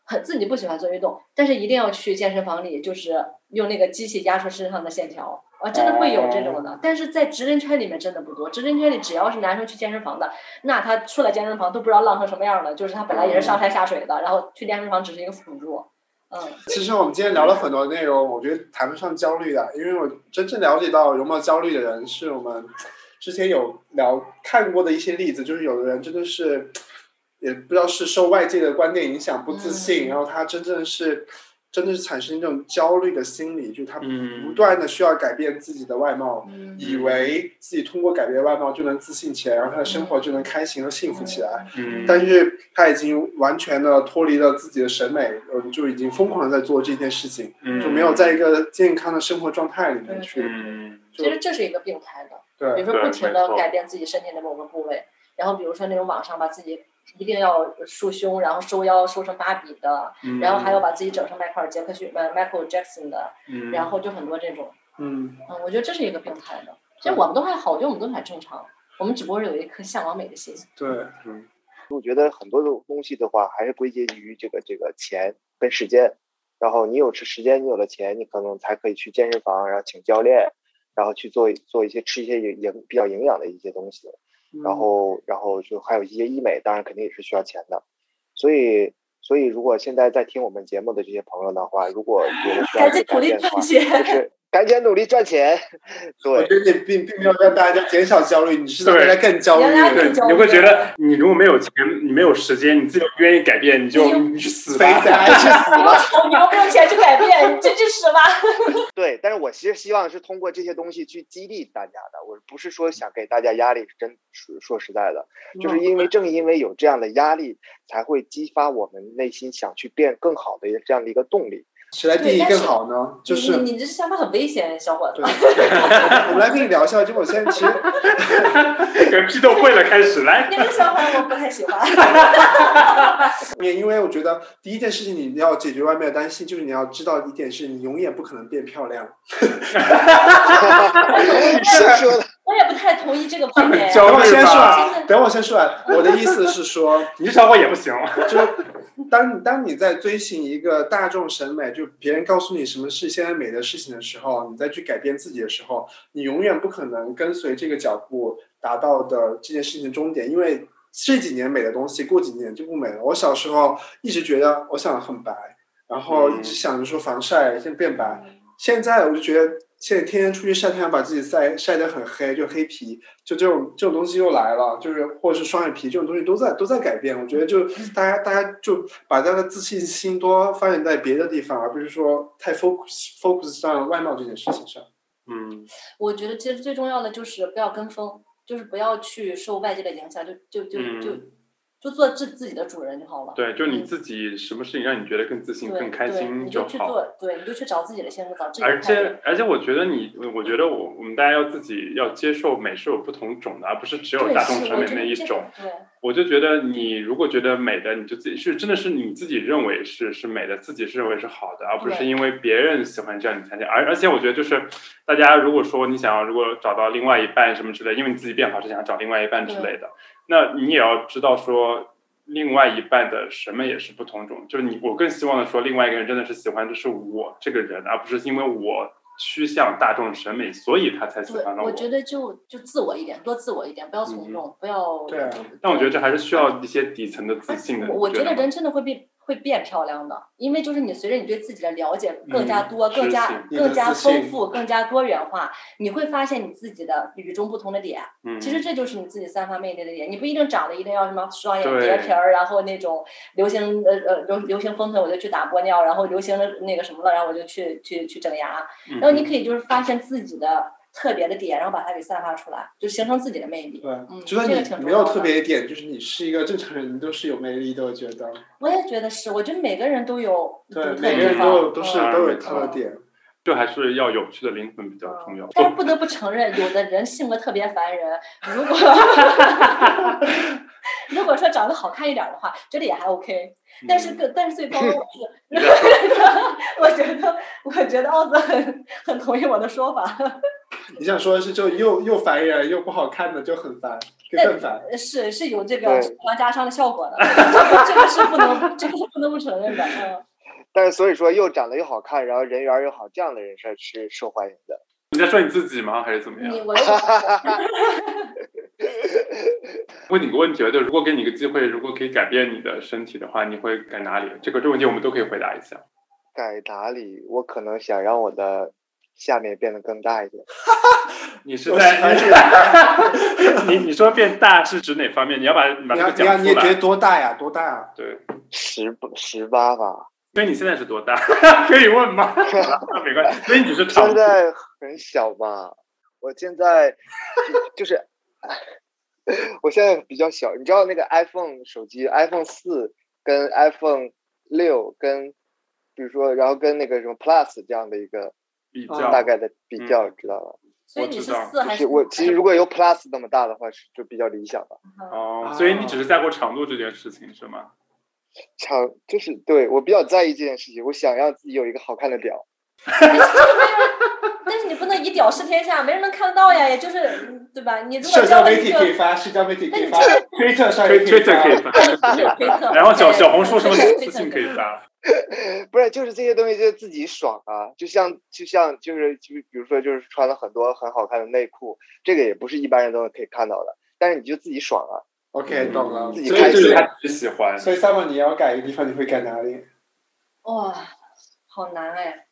S3: 很自己不喜欢做运动，但是一定要去健身房里，就是用那个机器压出身上的线条啊，真的会有这种
S4: 哦
S3: 的。但是在直人圈里面真的不多，直人圈里只要是男生去健身房的，那他出了健身房都不知道浪成什么样了，就是他本来也是上山下水的，然后去健身房只是一个辅助。嗯，
S1: 其实我们今天聊了很多内容，我觉得谈不上焦虑的，因为我真正了解到容貌焦虑的人是我们之前有聊看过的一些例子，就是有的人真的是也不知道是受外界的观点影响不自信，
S3: 嗯
S1: 然后他真正是真的是产生一种焦虑的心理，就是他
S4: 嗯
S1: 不断的需要改变自己的外貌，
S3: 嗯
S1: 以为自己通过改变外貌就能自信起来，然后他的生活就能开心和幸福起来。
S4: 嗯，
S1: 但是他已经完全的脱离了自己的审美，嗯，就已经疯狂的在做这件事情，
S4: 嗯
S1: 就没有在一个健康的生活状态里面去。
S4: 嗯
S1: 就
S3: 其实这是一个病态的。
S1: 对，
S3: 比如说不
S4: 对
S3: 停
S4: 没
S3: 的
S4: 错
S3: 改变自己身体的某个部位，然后比如说那种网上把自己一定要束胸，然后收腰收成芭比的，
S4: 嗯
S3: 然后还要把自己整成迈克尔杰克逊呃 Michael Jackson 的，
S4: 嗯
S3: 然后就很多这种，
S1: 嗯，
S3: 嗯，我觉得这是一个病态的。其实我们都还好，我觉得我们都很正常，我们只不过是有一颗向往美的心。
S1: 对，
S2: 我觉得很多的东西的话，还是归结于这个这个钱跟时间。然后你有时时间，你有了钱，你可能才可以去健身房，然后请教练，然后去做做一些吃一些营营比较营养的一些东西。
S1: 嗯
S2: 然后然后就还有一些医美，当然肯定也是需要钱的。所以所以如果现在在听我们节目的这些朋友的话，如果觉得需要
S3: 赶
S2: 去
S3: 紧努
S2: 改
S3: 力
S2: 变的话，
S3: 赚
S2: 就，
S3: 钱
S2: 是赶紧努力赚钱。
S1: 我
S2: 对，
S1: 觉得你并并没有让大家减少焦虑，你是让大
S4: 对
S1: 家更焦
S3: 原来
S1: 虑。
S4: 对，你会觉得你如果没有钱，你没有时间，你自己不愿意改变，你就你去死
S1: 肥
S4: 吧。
S1: 宅去死
S3: 你
S1: 吧！
S3: 要 丑，你要没有钱去改变，你真去死吧！
S2: 对，但是我其实希望是通过这些东西去激励大家的，我不是说想给大家压力，是真说说实在的，就是因为正因为有这样的压力，才会激发我们内心想去变更好的这样的一个动力。
S1: 谁来定义更好呢？就
S3: 你
S1: 是
S3: 你你这想法很危险，小伙子
S1: 对，。 我们来跟你聊一下，就我现在其实
S4: 跟批斗会了，开始来
S3: 你。这个想法我不太喜欢。
S1: 也因为我觉得第一件事情你要解决外面的担心，就是你要知道一点是你永远不可能变漂亮。
S2: 谁说的？
S3: 我也不太同意这个观点呀。
S4: 焦
S1: 等我
S4: 虑
S1: 先说
S4: 吧，
S1: 完，等我先说完。我的意思是说，
S4: 你去找我也不行。
S1: 就是当当你在追寻一个大众审美，就别人告诉你什么是现在美的事情的时候，你再去改变自己的时候，你永远不可能跟随这个脚步达到的这件事情的终点，因为这几年美的东西，过几年就不美了。我小时候一直觉得我想很白，然后一直想着说防晒，现在变白。现在我就觉得，现在天天出去晒太阳，把自己晒晒得很黑，就黑皮，就这种这种东西又来了，就是或者是双眼皮这种东西都在都在改变。我觉得就
S3: 嗯
S1: 大家大家就把大家的自信心多发展在别的地方，而不是说太 focus focus 上外貌这件事情上。
S4: 嗯，
S3: 我觉得其实最重要的就是不要跟风，就是不要去受外界的影响，就就就
S4: 嗯
S3: 就就做自自己的主人就好了。
S4: 对，就你自己什么事情让你觉得更自信、
S3: 对
S4: 更开
S3: 对
S4: 心
S3: 你就去
S4: 好。
S3: 做，对，你就去找自己的幸福，找自己的
S4: 而
S3: 快乐。
S4: 且而且，我觉得你，我觉得我我们大家要自己要接受美是有不同种的，而不是只有
S3: 对，
S4: 大众
S3: 是
S4: 审
S3: 我
S4: 美
S3: 觉
S4: 那
S3: 得
S4: 一
S3: 这
S4: 种。
S3: 个对，
S4: 我就觉得你如果觉得美的，你就自己是真的是你自己认为是是美的，自己认为是好的，而不是
S3: 对
S4: 因为别人喜欢这样你才这样。而而且我觉得就是大家如果说你想要如果找到另外一半什么之类，因为你自己变好是想要找另外一半之类的，那你也要知道说。另外一半的审美也是不同种，就是你，我更希望的说，另外一个人真的是喜欢的是我这个人，而不是因为我趋向大众审美，所以他才喜
S3: 对
S4: 欢嗯了，
S3: 我觉得就就自我一点，多自我一点，不要从众，不要。
S1: 对啊
S4: 但我觉得这还是需要一些底层的自信的。
S3: 我我
S4: 你
S3: 觉得
S4: 吗
S3: 人真的会变会变漂亮的，因为就是你随着你对自己的了解更加
S4: 嗯
S3: 多、更
S4: 是是
S3: 加
S1: 你的
S3: 更加
S1: 自信
S3: 丰富、更加多元化，你会发现你自己的与众不同的点。
S4: 嗯
S3: 其实这就是你自己散发魅力的点，你不一定长得一定要什么双眼
S4: 对
S3: 叠皮儿，然后那种流行呃呃流流行风腿我就去打玻尿，然后流行那个什么了，然后我就去去去整牙，
S4: 嗯
S3: 然后你可以就是发现自己的特别的点，然后把它给散发出来，就形成自己的魅力。
S1: 对，啊
S3: 嗯
S1: 就算
S3: 这个挺
S1: 你没
S3: 重
S1: 有
S3: 要的
S1: 特别一点，就是你是一个正常人，你都是有魅力的。我觉得，
S3: 我也觉得是，我觉得每个人都有独
S1: 对，
S3: 特
S1: 每个
S3: 的地
S1: 人
S3: 方，
S1: 都有都是
S3: 嗯
S1: 都有他的点。
S4: 就还是要有趣的灵魂比较重要。
S3: 但是不得不承认，有的人性格特别烦人。如果 如果说长得好看一点的话，觉得也还 OK。但是
S4: 嗯
S3: 更但是最糟糕的是，
S4: 你在说
S3: 我觉得我觉得奥子很很同意我的说法，
S1: 你想说的是，就又又烦人又不好看的，就很烦，就更烦。
S3: 是是有这个
S2: 对
S3: 指望加商的效果的，这个这个是不能这个是不能不承认的。嗯，
S2: 但是所以说又长得又好看，然后人缘又好，这样的人是是受欢迎的。
S4: 你在说你自己吗？还是怎么
S3: 你
S4: 样？
S3: 我又不
S4: 问你个问题吧，就如果给你一个机会，如果可以改变你的身体的话，你会改哪里？这个这个问题我们都可以回答一下。
S2: 改哪里？我可能想让我的下面变得更大一点。
S4: 你是在 你你说变大是指哪方面？你要把把
S1: 你
S4: 这
S1: 要
S4: 个
S1: 你要你也
S4: 讲出
S1: 觉
S4: 来。
S1: 得多大呀？多大啊呀？
S4: 对，
S2: 十八十八吧，
S4: 所以你现在是多大？ 可以问 吗？那没关系。所以你是长
S2: 现在很小吧，我现在就就是， 我现在比较小。你知道那个 iPhone 手机，iPhone 四跟 iPhone 六跟，比如说，然后跟那个什么 Plus 这样的一个
S4: 比
S1: 哦
S4: 较嗯
S2: 大概的比较，知道吧？
S3: 所以
S4: 我
S3: 你
S4: 知
S3: 是
S4: 道
S3: 四
S2: 就是
S3: 还
S2: 是我其实如果有 Plus 那么大的话，是就比较理想吧。
S4: 哦，所以你只是在乎长度这件事情是吗？
S2: 长就是对我比较在意这件事情，我想让自己有一个好看的表。
S3: 但是你不能以屌视天下，没人能看得到呀，也就是嗯对吧？你如果
S1: 社
S3: 交
S1: 交
S3: 了
S1: 媒
S3: 一
S1: 体
S3: 个
S1: 可以发，社交媒体可以发
S3: 那你
S1: ，Twitter 上也
S4: 推推特可以
S1: 发。
S4: 发，
S3: 没有推 特
S4: 然后小小红书什么
S3: 事
S4: 事情可以发？
S2: 不是，就是这些东西就是自己爽啊，就像就像就是就比如说就是穿了很多很好看的内裤，这个也不是一般人都可以看到的，但是你就自己爽啊。
S4: 嗯
S1: OK，懂了。
S2: 自
S1: 所以
S2: 己
S4: 所以
S2: 开
S4: 这
S1: 就是是
S4: 他自己喜欢。
S1: 所以三毛，你要改一个地方，你会改哪里？
S3: 哇，好难哎！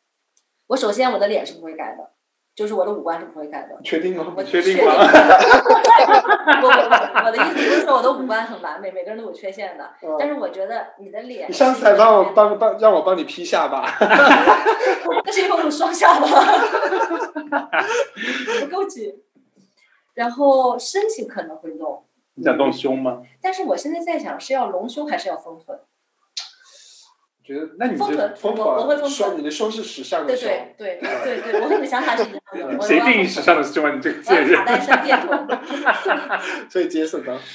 S3: 我首先我的脸是不会改的，就是我的五官是不会改的
S1: 你。确定吗？
S3: 我
S4: 确定
S3: 定
S4: 吗
S3: 我 我我的意思就是说，我的五官很完美，每个人都有缺陷的。
S1: 嗯
S3: 但是我觉得你的脸，
S1: 你上次还帮我，帮帮让我帮你披下巴，
S3: 那是因为我有双下巴不够紧。然后身体可能会动，
S4: 你想动胸吗？
S3: 但是我现在在想是要隆胸还是要丰臀？
S1: 觉得那你
S3: 封臀
S1: 就封
S3: 我我会封
S1: 说
S3: 臀
S1: 你的胸是时尚的
S3: 对
S1: 胸，
S3: 对对对对，我和你的想法是一样的。我
S4: 谁
S3: 我要
S4: 定义时尚的
S3: 呃
S4: 胸啊？你这个
S3: 我
S4: 贱
S3: 要
S4: 人
S3: 卡。戴珊电臀。
S1: 所以杰森呢？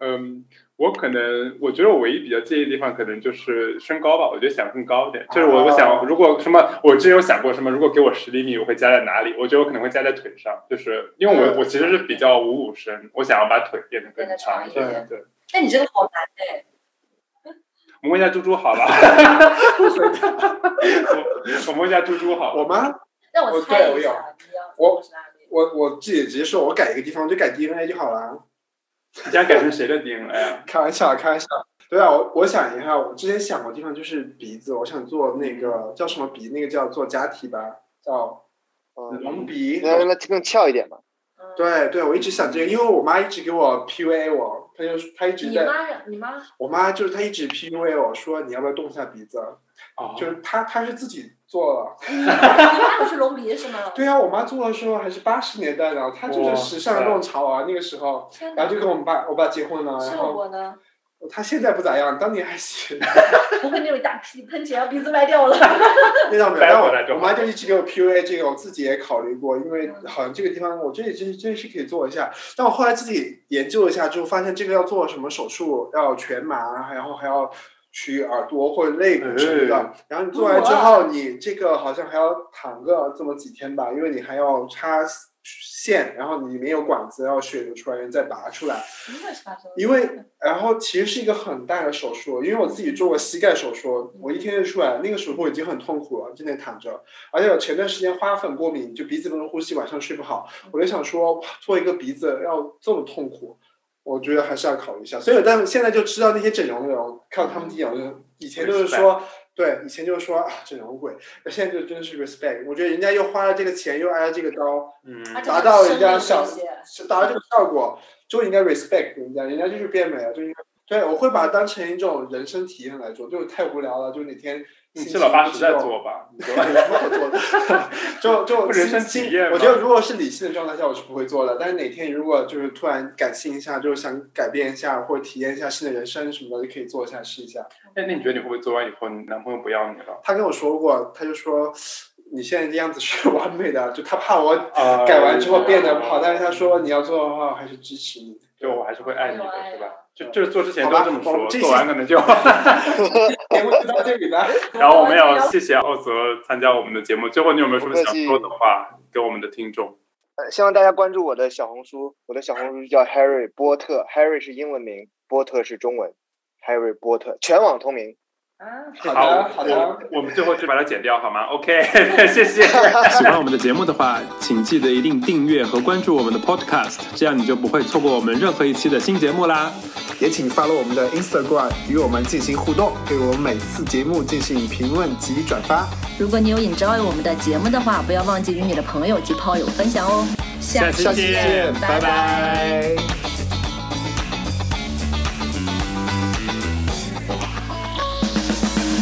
S4: 嗯，我可能我觉得我唯一比较介意的地方，可能就是身高吧。我觉得想更高一
S3: 哦
S4: 点，就是我我想如果什么，我之前有想过什么，如果给我十厘米，我会加在哪里？我觉得我可能会加在腿上，就是因为
S3: 嗯
S4: 我我其实是比较五五身，我想要把腿变得更长一
S3: 变得长
S4: 点。对，
S3: 那你这个好难哎，
S4: 我摸一下猪猪好了， 我我摸一下猪猪好了。
S1: 我妈
S3: 让
S1: 我
S3: 我猜
S1: 哦对我
S3: 一
S1: 有
S3: 下，你要
S1: 我
S3: 是哪里？
S1: 我我自己直接说，我改一个地方就改 DNA 就好了。
S4: 你想改成谁的 DNA 呀？
S1: 开玩笑，开玩笑。对啊，我我想一下，我之前想过地方就是鼻子，我想做那个叫什么鼻，那个叫做假体吧，叫
S2: 嗯，
S1: 隆鼻。
S2: 那那更翘一点嘛。
S3: 嗯，
S1: 对对，我一直想这个，因为我妈一直给我 PUA 我，她就是她一直
S3: 你
S1: 在，
S3: 妈让你妈
S1: 我妈就是她一直 PUA 我说你要不要动一下鼻子，啊
S4: 哦
S1: 就是她她是自己做了。
S3: 你妈不是隆鼻是吗？
S1: 对啊，我妈做的时候还是八十年代呢，她
S2: 哦
S1: 就是
S4: 哇
S1: 时尚弄潮啊，那个时候，
S3: 天
S1: 然
S3: 哪
S1: 后就跟我们爸我爸结婚了，然
S3: 效
S1: 后
S3: 果呢？
S1: 她现在不咋样，当年还行。
S3: 不会那种一大屁喷起来鼻子歪掉了？
S1: 那倒没有，但
S4: 带回来就
S1: 我
S4: 好
S1: 我妈就一直给我 PUA 这个，我自己也考虑过，因为好像这个地方我这里真真是可以做一下，但我后来自己研究了一下之后，发现这个要做什么手术，要全麻，然后还要取耳朵或者肋骨什么的，然后你做完之后，你这个好像还要躺个这么几天吧，因为你还要插线，然后里面有管子，然后血流出来，你再拔出来。
S3: 什么乱七八糟的？
S1: 因为然后其实是一个很大的手术，因为我自己做过膝盖手术，我一天就出来，那个时候已经很痛苦了，就在那躺着，而且我前段时间花粉过敏，就鼻子不能呼吸，晚上睡不好，我就想说哇做一个鼻子要这么痛苦，我觉得还是要考虑一下。所以，但现在就知道那些整容的人，看他们整容，以前就是说。对，以前就是说啊，整容鬼，那现在就真的是 respect。我觉得人家又花了这个钱，又挨了这个刀，
S4: 嗯，
S3: 而且
S1: 达到人家
S3: 生
S1: 想
S3: 命威胁
S1: 是达到这个效果，就应该 respect 人家，人家就是变美了，啊就应该。对，我会把它当成一种人生体验来做，就是太无聊了，就哪天
S4: 你
S1: 心
S4: 是
S1: 情
S4: 嗯老八
S1: 不
S4: 十
S1: 激
S4: 在
S1: 动，
S4: 做吧？你
S1: 有
S4: 说
S1: 什么好做的？ 就就
S4: 不人
S1: 心
S4: 生体
S1: 心
S4: 验吗
S1: 我觉得如果是理性的状态下，我是不会做的。但是哪天如果就是突然感性一下，就是想改变一下或者体验一下新的人生什么的，就可以做一下试一下。
S4: 哎那那你觉得你会不会做完以后，你男朋友不要你了？
S1: 他跟我说过，他就说你现在这样子是完美的，就他怕我
S4: 啊
S1: 改完之后变得不好，但是他说你要做的话，我还是支持你。
S4: 就我还是会爱你
S3: 我
S4: 的，
S3: 爱
S4: 是
S3: 啊
S4: 吧？就就是做之前
S1: 好
S4: 都
S1: 吧
S4: 这么
S1: 我
S4: 说，
S1: 们这
S4: 做
S1: 期
S4: 完 可能就。
S1: 节目就到这里吧。
S4: 然后我们也要谢谢奥泽参加我们的节目。最后，你有没有什么想说的话给我们的听众？
S2: 呃，希望大家关注我的小红书，我的小红书叫 Harry 波特，Harry 是英文名，波特是中文，Harry 波特全网同名。
S3: 啊。
S1: 好
S4: 好
S1: 的，好的
S4: 我。我们最后就把它剪掉好吗？OK，谢 谢。
S5: 喜欢我们的节目的话，请记得一定订阅和关注我们的 Podcast，这样你就不会错过我们任何一期的新节目啦。
S1: 也请 follow 我们的 Instagram 与我们进行互动，对我们每次节目进行评论及转发。
S6: 如果你有 enjoy 我们的节目的话，不要忘记与你的朋友及炮友分享哦。
S5: 下
S6: 下
S5: 期
S1: 下期见，
S5: 见，拜拜
S1: 拜拜